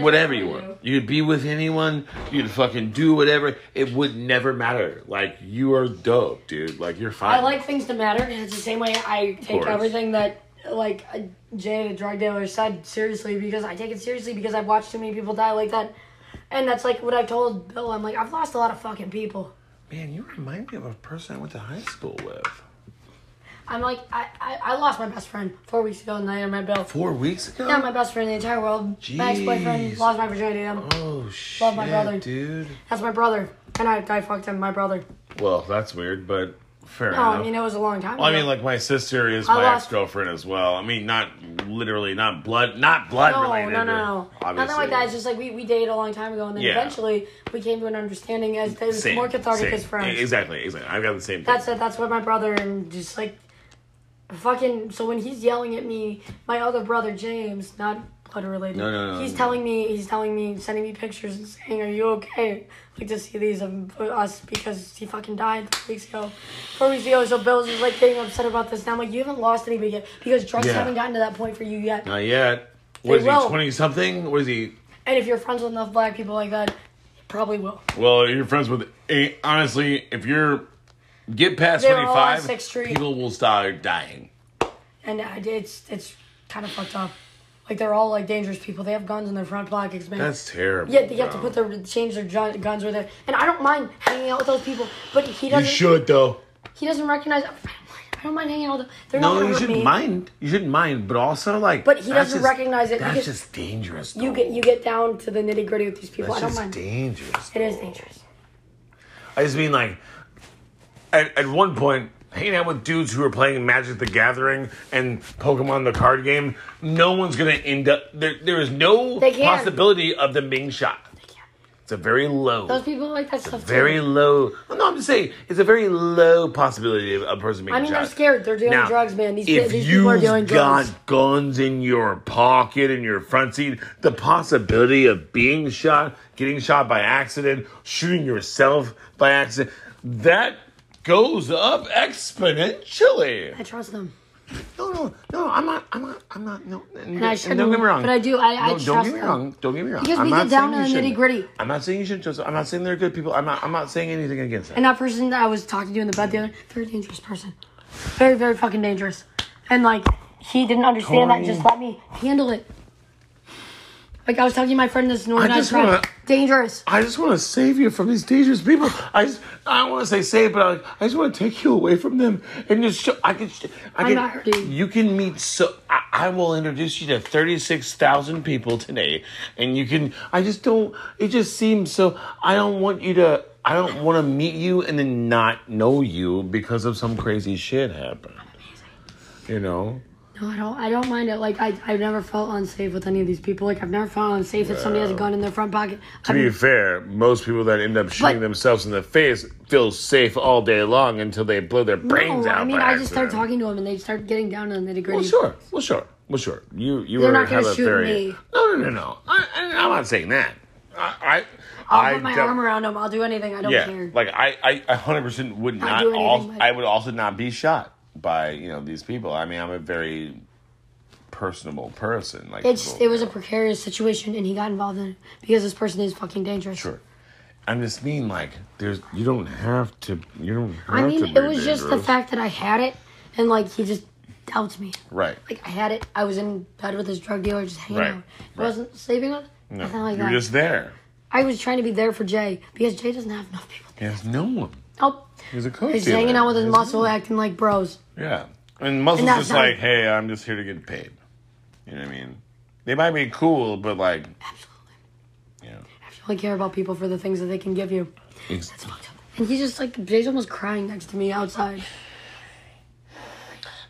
whatever you want. You could be with anyone. You could fucking do whatever. It would never matter. Like you are dope, dude. Like you're fine. I like things to matter. and It's the same way I take course. everything that like uh, Jay, the drug dealer, said seriously because I take it seriously because I've watched too many people die like that, and that's like what I've told Bill. I'm like I've lost a lot of fucking people. Man, you remind me of a person I went to high school with. I'm like I I, I lost my best friend four weeks ago, and I met Bill. Four weeks ago. Yeah, my best friend in the entire world. My ex-boyfriend Jeez. lost my virginity. to him. Oh shit, Love my brother. dude. That's my brother, and I I fucked him. My brother. Well, that's weird, but fair No, enough. Oh, I mean it was a long time. Well, I ago. mean, like my sister is I my lost- ex girlfriend as well. I mean, not literally, not blood, not blood no, related. No, no, but no, Obviously. Nothing like that. It's just like we, we dated a long time ago, and then Yeah. eventually we came to an understanding as it was Same, more cathartic same. E-, as friends. Exactly, exactly. I've got the same. That's it. That's what my brother and just like fucking. So when he's yelling at me, my other brother James, not blood related. No, no, no, He's no. telling me. He's telling me, sending me pictures and saying, "Are you okay?" Like to see these of us because he fucking died three weeks ago, four weeks ago. So Bill's just like getting upset about this. Now I'm like, you haven't lost anybody yet because drugs Yeah. haven't gotten to that point for you yet. Not yet. What is will. he? Twenty something? What is he? And if you're friends with enough black people like that, you probably will. Well, you're friends with. eh, Honestly, if you're get past They're all on twenty five, Sixth Street. people will start dying. And I- it's it's kind of fucked up. Like they're all like dangerous people. They have guns in their front pockets, man. That's terrible, Yeah, they have to bro. put their change their gun- guns where they. And I don't mind hanging out with those people, but he doesn't. though. He doesn't recognize. I don't mind, I don't mind hanging out with them. They're not No, gonna you hurt shouldn't me. mind. You shouldn't mind, but also like. But he that's doesn't just- recognize it That's because- just dangerous. You get you get down to the nitty gritty with these people. That's I don't just mind. dangerous. It is dangerous. I just mean like, at, at one point, hanging out with dudes who are playing Magic the Gathering and Pokemon the card game, no one's gonna end up. There, there is no They can. possibility of them being shot. It's a very low, Those people like that stuff. very Too. low. No, I'm just saying it's a very low possibility of a person being I mean, shot. they're scared. They're doing Now, drugs, man. These, if these you've people are doing got drugs. guns in your pocket in your front seat, the possibility of being shot, getting shot by accident, shooting yourself by accident, that goes up exponentially. I trust them. No, no, no. I'm not. I'm not. I'm not. No. And, I and don't get shouldn't, me wrong. but I do, I- I no, don't trust get me them. wrong. Don't get me wrong. Because I'm we not get down saying to you the shouldn't. nitty-gritty. I'm not saying you shouldn't trust. them. I'm not saying they're good people. I'm not. I'm not saying anything against them. And that person that I was talking to in the bed the other, very dangerous person, very very fucking dangerous. And like he didn't understand that, and just let me handle it. Like I was talking to my friend this I organized just crime, wanna- dangerous. I just want to save you from these dangerous people. I just, I want to say save, but I, I just want to take you away from them and just show, I can, sh- I I'm can, not hurting. you can meet so I, I will introduce you to thirty six thousand people today, and you can. I just don't. It just seems so. I don't want you to. I don't want to meet you and then not know you because of some crazy shit happened. You know. No, I don't. I don't mind it. Like I, I've never felt unsafe with any of these people. Like I've never felt unsafe that somebody has a Well. gun in their front pocket. To be fair, most people that end up shooting themselves in the face feel safe all day long until they blow their brains no, out. I mean by I just start accident. talking to them and they start getting down to the nitty gritty. Well, sure. Well, sure. Well, sure. You you They're were not gonna have a shoot very me. no no no no. I, I, I'm not saying that. I I, I'll put my def- arm around them. I'll do anything. I don't yeah, care. like I I 100 percent would I'll not. do anything Also, with it. I would also not be shot by you know these people. I mean, I'm a very personable person. Like It's people- it was a precarious situation and he got involved in it because this person is fucking dangerous. Sure. I'm just mean like there's you don't have to you don't have I to mean, be it was just the dangerous. fact that I had it, and like he just doubts me. Right. Like I had it. I was in bed with this drug dealer, just hanging Right, out. I right. wasn't sleeping with. No. Nothing like you were that. just there. I was trying to be there for Jay because Jay doesn't have enough. He has no one. Oh, He was a coach. he's hanging dealer. out with his He has muscle, acting like bros. Yeah. And Muscle's that's just how- like, hey, I'm just here to get paid. You know what I mean? They might be cool, but like, I only care about people for the things that they can give you. Ex- And he's just like Jay's almost crying next to me outside.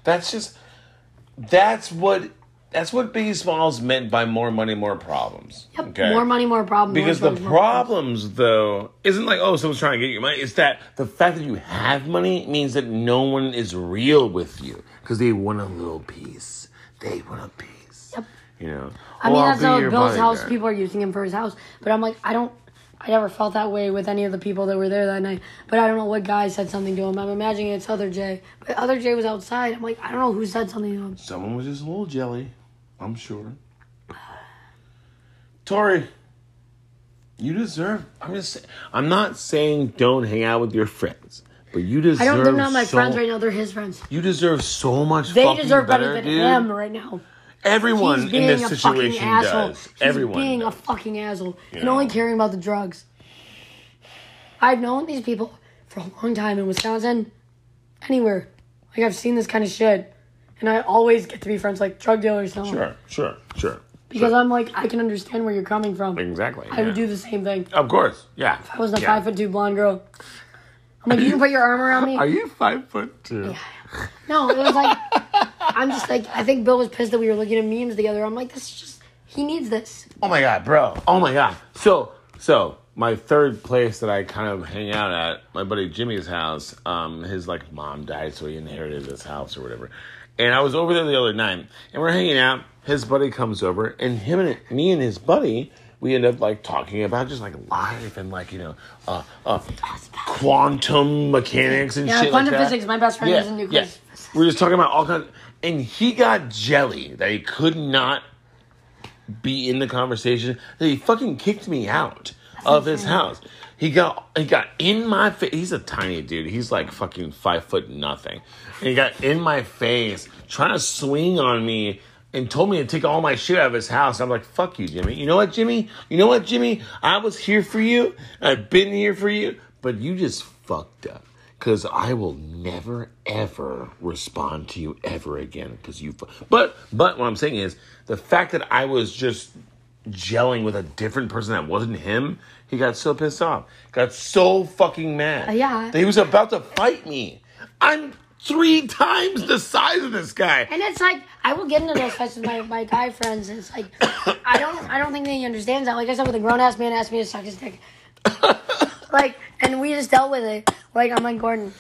that's just, that's what, that's what Biggie Smalls meant by more money, more problems. Yep. More money, more problems. Because more the drugs, more problems, though, isn't like, oh, someone's trying to get your money. It's that the fact that you have money means that no one is real with you because they want a little piece. They want a piece. Yep. You know? I mean, Oh, I'll that's be how at your Bill's house bodyguard. people are using him for his house. But I'm like, I don't, I never felt that way with any of the people that were there that night. But I don't know what guy said something to him. I'm imagining it's other Jay. But other Jay was outside. I'm like, I don't know who said something to him. Someone was just a little jelly, I'm sure. Tori, you deserve. I'm just. sa- I'm not saying don't hang out with your friends, but you deserve. I don't, they're not my so- friends right now. They're his friends. You deserve so much. They fucking deserve better, better than dude. him right now. Everyone He's in this being a fucking situation asshole. does. He's Everyone. being a fucking asshole You and only caring about the drugs. I've known these people for a long time in Wisconsin, anywhere. Like I've seen this kind of shit, and I always get to be friends like drug dealers. Now. Sure, sure, sure. Because I'm like I can understand where you're coming from. Exactly. I would yeah. do the same thing. Of course, yeah. If I wasn't a yeah. five foot two blonde girl. I'm like, you can put your arm around me. Are you five foot two? No, it was like I'm just like I think Bill was pissed that we were looking at memes together. I'm like, this is just he needs this. Oh my god, bro. Oh my god. So so my third place that I kind of hang out at, my buddy Jimmy's house, um, his like mom died, so he inherited his house or whatever. And I was over there the other night and we're hanging out. His buddy comes over and him and me and his buddy, we end up like talking about just like life and like, you know, uh, uh quantum mechanics and Yeah, shit. Uh, quantum like that. physics. My best friend is in nuclear. We were just talking about all kinds, and he got jelly that he could not be in the conversation. That he fucking kicked me out of his house. He got he got in my face. He's a tiny dude. He's like fucking five foot nothing. And he got in my face, trying to swing on me. And told me to take all my shit out of his house. I'm like, fuck you, Jimmy. You know what, Jimmy? You know what, Jimmy? I was here for you. I've been here for you. But you just fucked up. Because I will never, ever respond to you ever again. Because you. fu- But, but what I'm saying is the fact that I was just gelling with a different person that wasn't him, he got so pissed off. Got so fucking mad. Uh, yeah. That he was about to fight me. I'm three times the size of this guy. And it's like I will get into those fights with my, my guy friends, and it's like I don't I don't think that he understands that. Like I said, with a grown ass man asked me to suck his dick, like, and we just dealt with it. Like I'm like Gordon,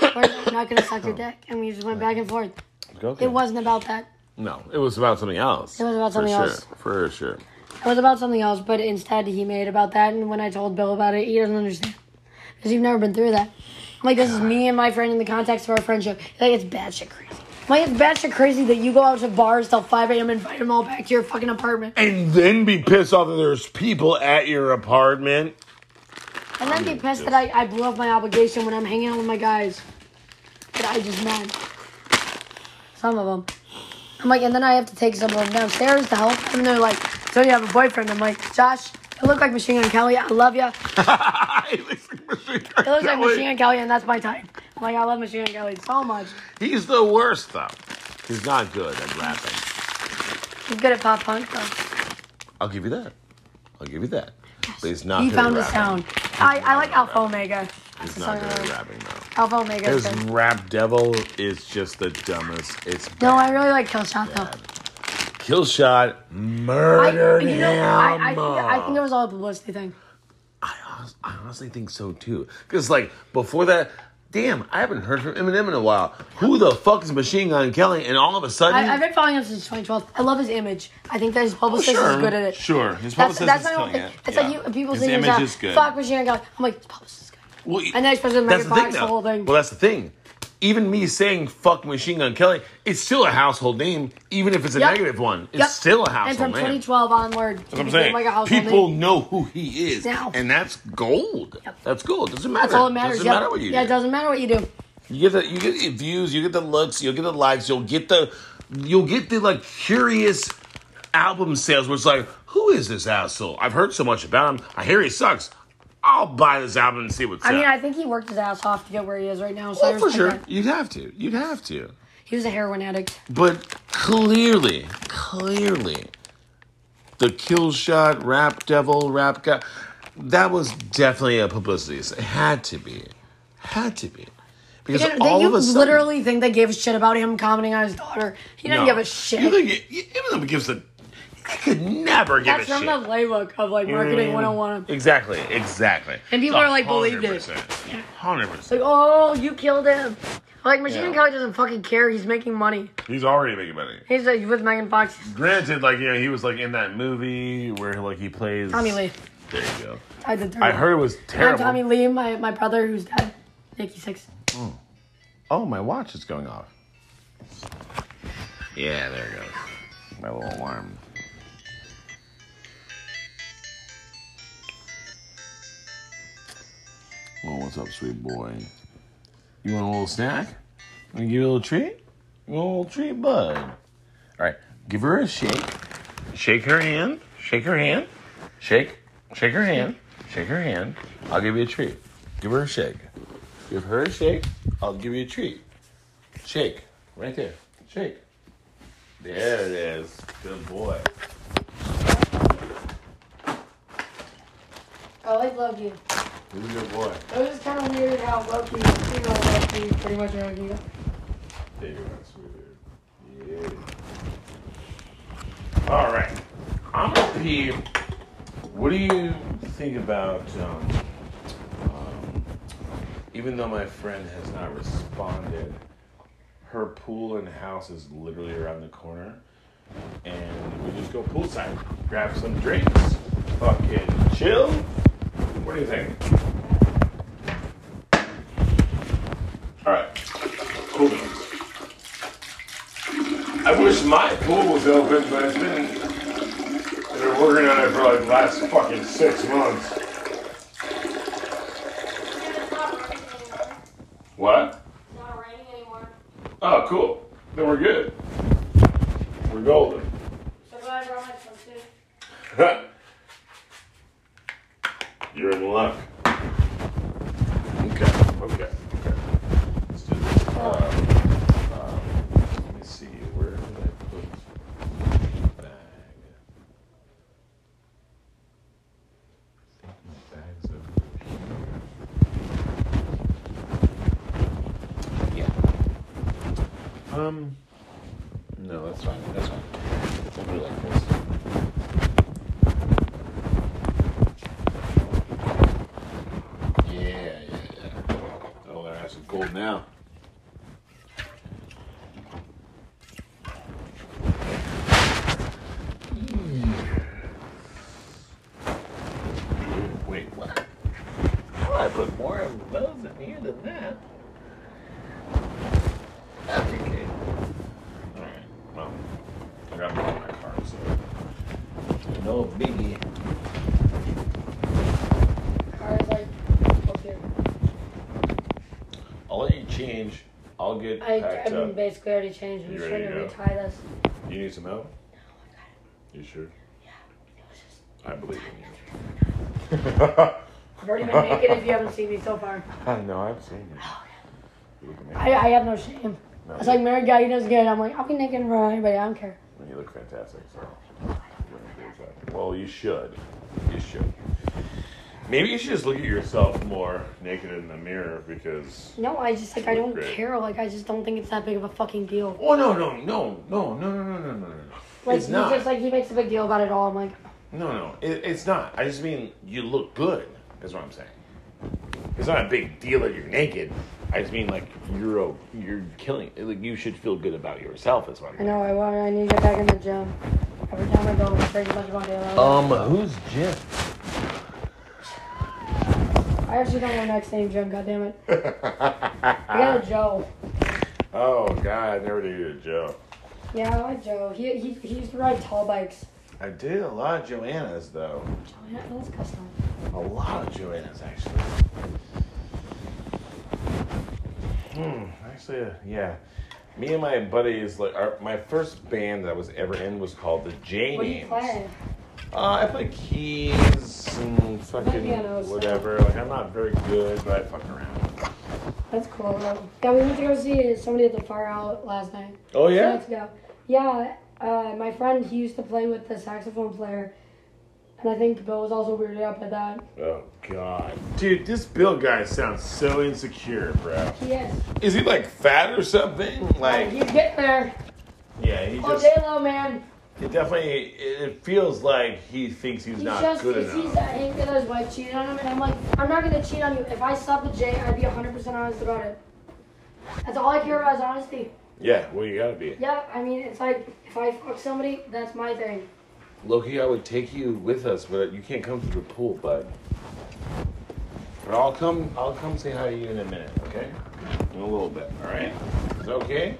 Gordon, I'm not gonna suck your Oh. dick, and we just went back and forth. Go It wasn't about that. No, it was about something else. It was about For something sure, else. For sure. It was about something else, but instead he made about that. And when I told Bill about it, he doesn't understand because you've never been through that. I'm like, this is me and my friend in the context of our friendship. He's like, it's bad shit crazy. I'm like, it's bad shit crazy that you go out to bars till 5 a.m. and invite them all back to your fucking apartment. And then be pissed off that there's people at your apartment. And then be pissed that I, I blew up my obligation when I'm hanging out with my guys. But I just mad. Some of them. I'm like, and then I have to take some of them downstairs to help. And they're like, so you have a boyfriend? I'm like, Josh, I look like Machine Gun Kelly. I love ya. It looks like Machine Gun Kelly, and that's my type. I'm like, I love Machine Gun Kelly so much. He's the worst, though. He's not good at rapping. He's good at pop punk, though. I'll give you that. I'll give you that. But he's not he good at found his rapping. sound. I, I like Alpha Omega. That's He's the song not I good at like. rapping, though. Alpha Omega. is His good. rap devil is just the dumbest. It's No, I really like Killshot, though. kill shot, I, murdered you know, him. I, I, think, I think it was all a publicity thing. I honestly think so too. Because like before that, damn, I haven't heard from Eminem in a while. Who the fuck is Machine Gun Kelly? And all of a sudden, I, I've been following him since 2012. I love his image. I think that his publicist is sure, good at it. sure. His That's, publicist that's is my own killing thing. it. It's Yeah. like you, people His say to image themselves, is good. Fuck Machine Gun Kelly. I'm like, his publicist is good. Well, and then he's supposed to that's Megan the thing, Fox, though. the whole thing. Well, that's the thing. even me saying fuck Machine Gun Kelly, it's still a household name, even if it's a Yep. negative one. It's Yep. still a And household from name. 2012 onward, Oh, That's what I'm it became saying. like a oh household People name. know who he is, Now. and that's gold. That's gold. Doesn't matter. That's all that matters. Doesn't yep. matter what you yeah, do. it doesn't matter what you do. You get the you get the views, you get the looks, you'll get the likes, you'll get the you'll get the like curious album sales where it's like, who is this asshole? I've heard so much about him. I hear he sucks. I'll buy this album and see what's I up. mean, I think he worked his ass off to get where he is right now. So well, there's Oh, for like sure. that. You'd have to. You'd have to. He was a heroin addict. But clearly, clearly, the kill shot, rap devil, rap guy, that was definitely a publicity. stunt. It had to be. Had to be. Because Did- did all you of a sudden, literally think they gave a shit about him commenting on his daughter? He didn't No. give a shit. You think it, even though it gives a, I could never give That's a from shit. the playbook of like You know what I marketing mean? 101. Exactly, exactly. And people are like, believed it. Hundred percent. It's like, oh, you killed him. Like, Machine Gun Yeah. Kelly doesn't fucking care. He's making money. He's already making money. He's like, with Megan Fox. Granted, like yeah, he was like in that movie where like he plays Tommy Lee. There you go. I did. I heard it was I'm terrible. Tommy Lee, my, my brother who's dead. Nicky Six. Mm. Oh, my watch is going off. Yeah, there it goes. My little alarm. Well, what's up, sweet boy? You want a little snack? Want to give you a little treat? You want a little treat, bud? All right, give her a shake. Shake her hand. Shake her hand. Shake. Shake her hand. Shake her hand. I'll give you a treat. Give her a shake. Give her a shake. I'll give you a treat. Shake. Right there. Shake. There it is. Good boy. Oh, I like Love You. He's a good boy. It was kind of weird how Loki, you know, Loki pretty much owned you. There you are, sweetheart. Yeah. All right. I'm gonna pee. What do you think about? Um, um, even though my friend has not responded, her pool and house is literally around the corner, and we just go poolside, grab some drinks, fucking chill. What do you think? All right. Cool. I wish my pool was open, but it's been they're working on it for like the last fucking six months. What? It's not raining anymore. Oh, cool. Then we're good. We're golden. So glad I brought my phone too. You're in luck. Okay, okay, okay. Let's do this. Um, um, let me see where did I put bag? I think my bag's over here. Um. No, that's fine. That's fine. It's over like this. Yeah, yeah, yeah. Oh, their ass is cold now. Wait, what? Well, I put more of those in here than that. That's okay. Alright, well, I got more in my car, so. No biggie. I'll let you change. I'll get I, packed I mean, up. basically already changed. I'm You just ready trying to to go? retie this. You need some help? No, I got it. You sure? Yeah. I believe in you. I've already been naked if you haven't seen me so far. Oh, I know, I've seen you. You look I, amazing. I have no shame. No, It's like married guy, he does good. I'm like, I'll be naked in front of anybody. I don't care. you look fantastic, so. you look fantastic. Well, you should. You should. Maybe you should just look at yourself more naked in the mirror because. No, I just like I You look don't great. care. Like I just don't think it's that big of a fucking deal. Oh no no no no no no no no no no. Like it's he's not. just like he makes a big deal about it all. I'm like, No, no, it, it's not. I just mean you look good. Is what I'm saying. It's not a big deal that you're naked. I just mean like you're o- you're killing. Like you should feel good about yourself. Is what I'm I saying. know I want. I need to get back in the gym. Every time I go, I'm pretty much about to. Um, who's Jim? I actually don't want to next name Jim. God damn it. I got a Joe. Oh God, I never dated a Joe. Yeah, I like Joe. He, he, he used to ride tall bikes. I did a lot of Joannas though. Yeah, that's custom. A lot of Joannas actually. Hmm. Actually, uh, yeah. Me and my buddies, like, our, my first band that I was ever in was called the J What do you Names. play? Uh, I play keys and fucking pianos. whatever. Like, I'm not very good, but I fuck around. That's cool. though. Yeah, we went to go see somebody at the fire out last night. Oh, yeah? Two nights ago. Yeah, uh, my friend he used to play with the saxophone player, and I think Bill was also weirded out by that. Oh God, dude, this Bill guy sounds so insecure, bro. He is. Is he like fat or something? Like, He's getting there. yeah, he Oh, just. J Lo man. It definitely. It it feels like he thinks he's, He's not just good he's, he's enough. angry that his wife cheated on him, and I'm like, I'm not gonna cheat on you. If I slept with Jay, I'd be 100 percent honest about it. That's all I care about is honesty. yeah, well, you gotta be. Yeah, I mean, it's like if I fuck somebody, that's my thing. Loki, I would take you with us, but you can't come to the pool, bud. But I'll come. I'll come say hi to you in a minute, okay? In a little bit, all right? Is that okay?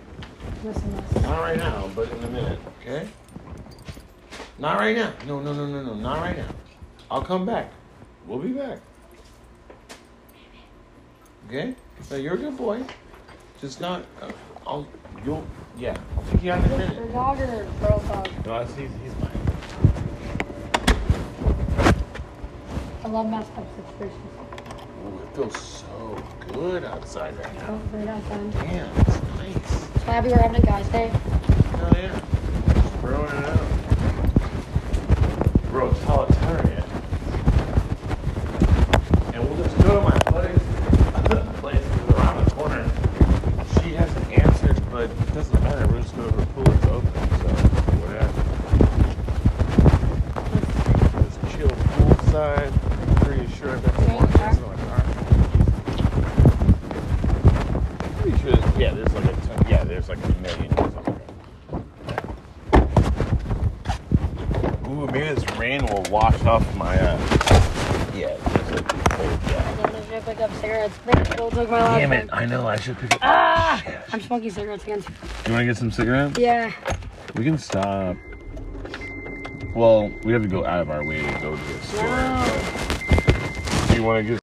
Listen, Not right now, but in a minute, okay? Not right now. No, no, no, no, no. Not right now. I'll come back. We'll be back. Okay? So you're a good boy. Just not. Uh, I'll. You'll. Yeah. I'll take you out in a minute. your dog or girl dog? No, I see. He's mine. I love mascot situations. Ooh, it feels so good outside right now. Oh, right outside. Damn, it's nice. So happy we're having a guys' day. Hell yeah. Just throwing it out. Rotalitarian. And we'll just go to my buddy's place that's around the corner. She hasn't answered, but it doesn't matter. We'll just go to her pool. It's open, so whatever. Just chill poolside. Pretty sure I've got the watches in my car. Pretty sure. there's- Yeah, there's like a ton, yeah, there's like a million. or something. Ooh, maybe this rain will wash off my. Uh, yeah, there's a I love this. I pick up cigarettes. Great, Bill took my last Damn one. it! I know. I should pick up. Ah! I'm smoking cigarettes again. You want to get some cigarettes? Yeah. We can stop. Well, we have to go out of our way to go to this. Wow. Do you want to get?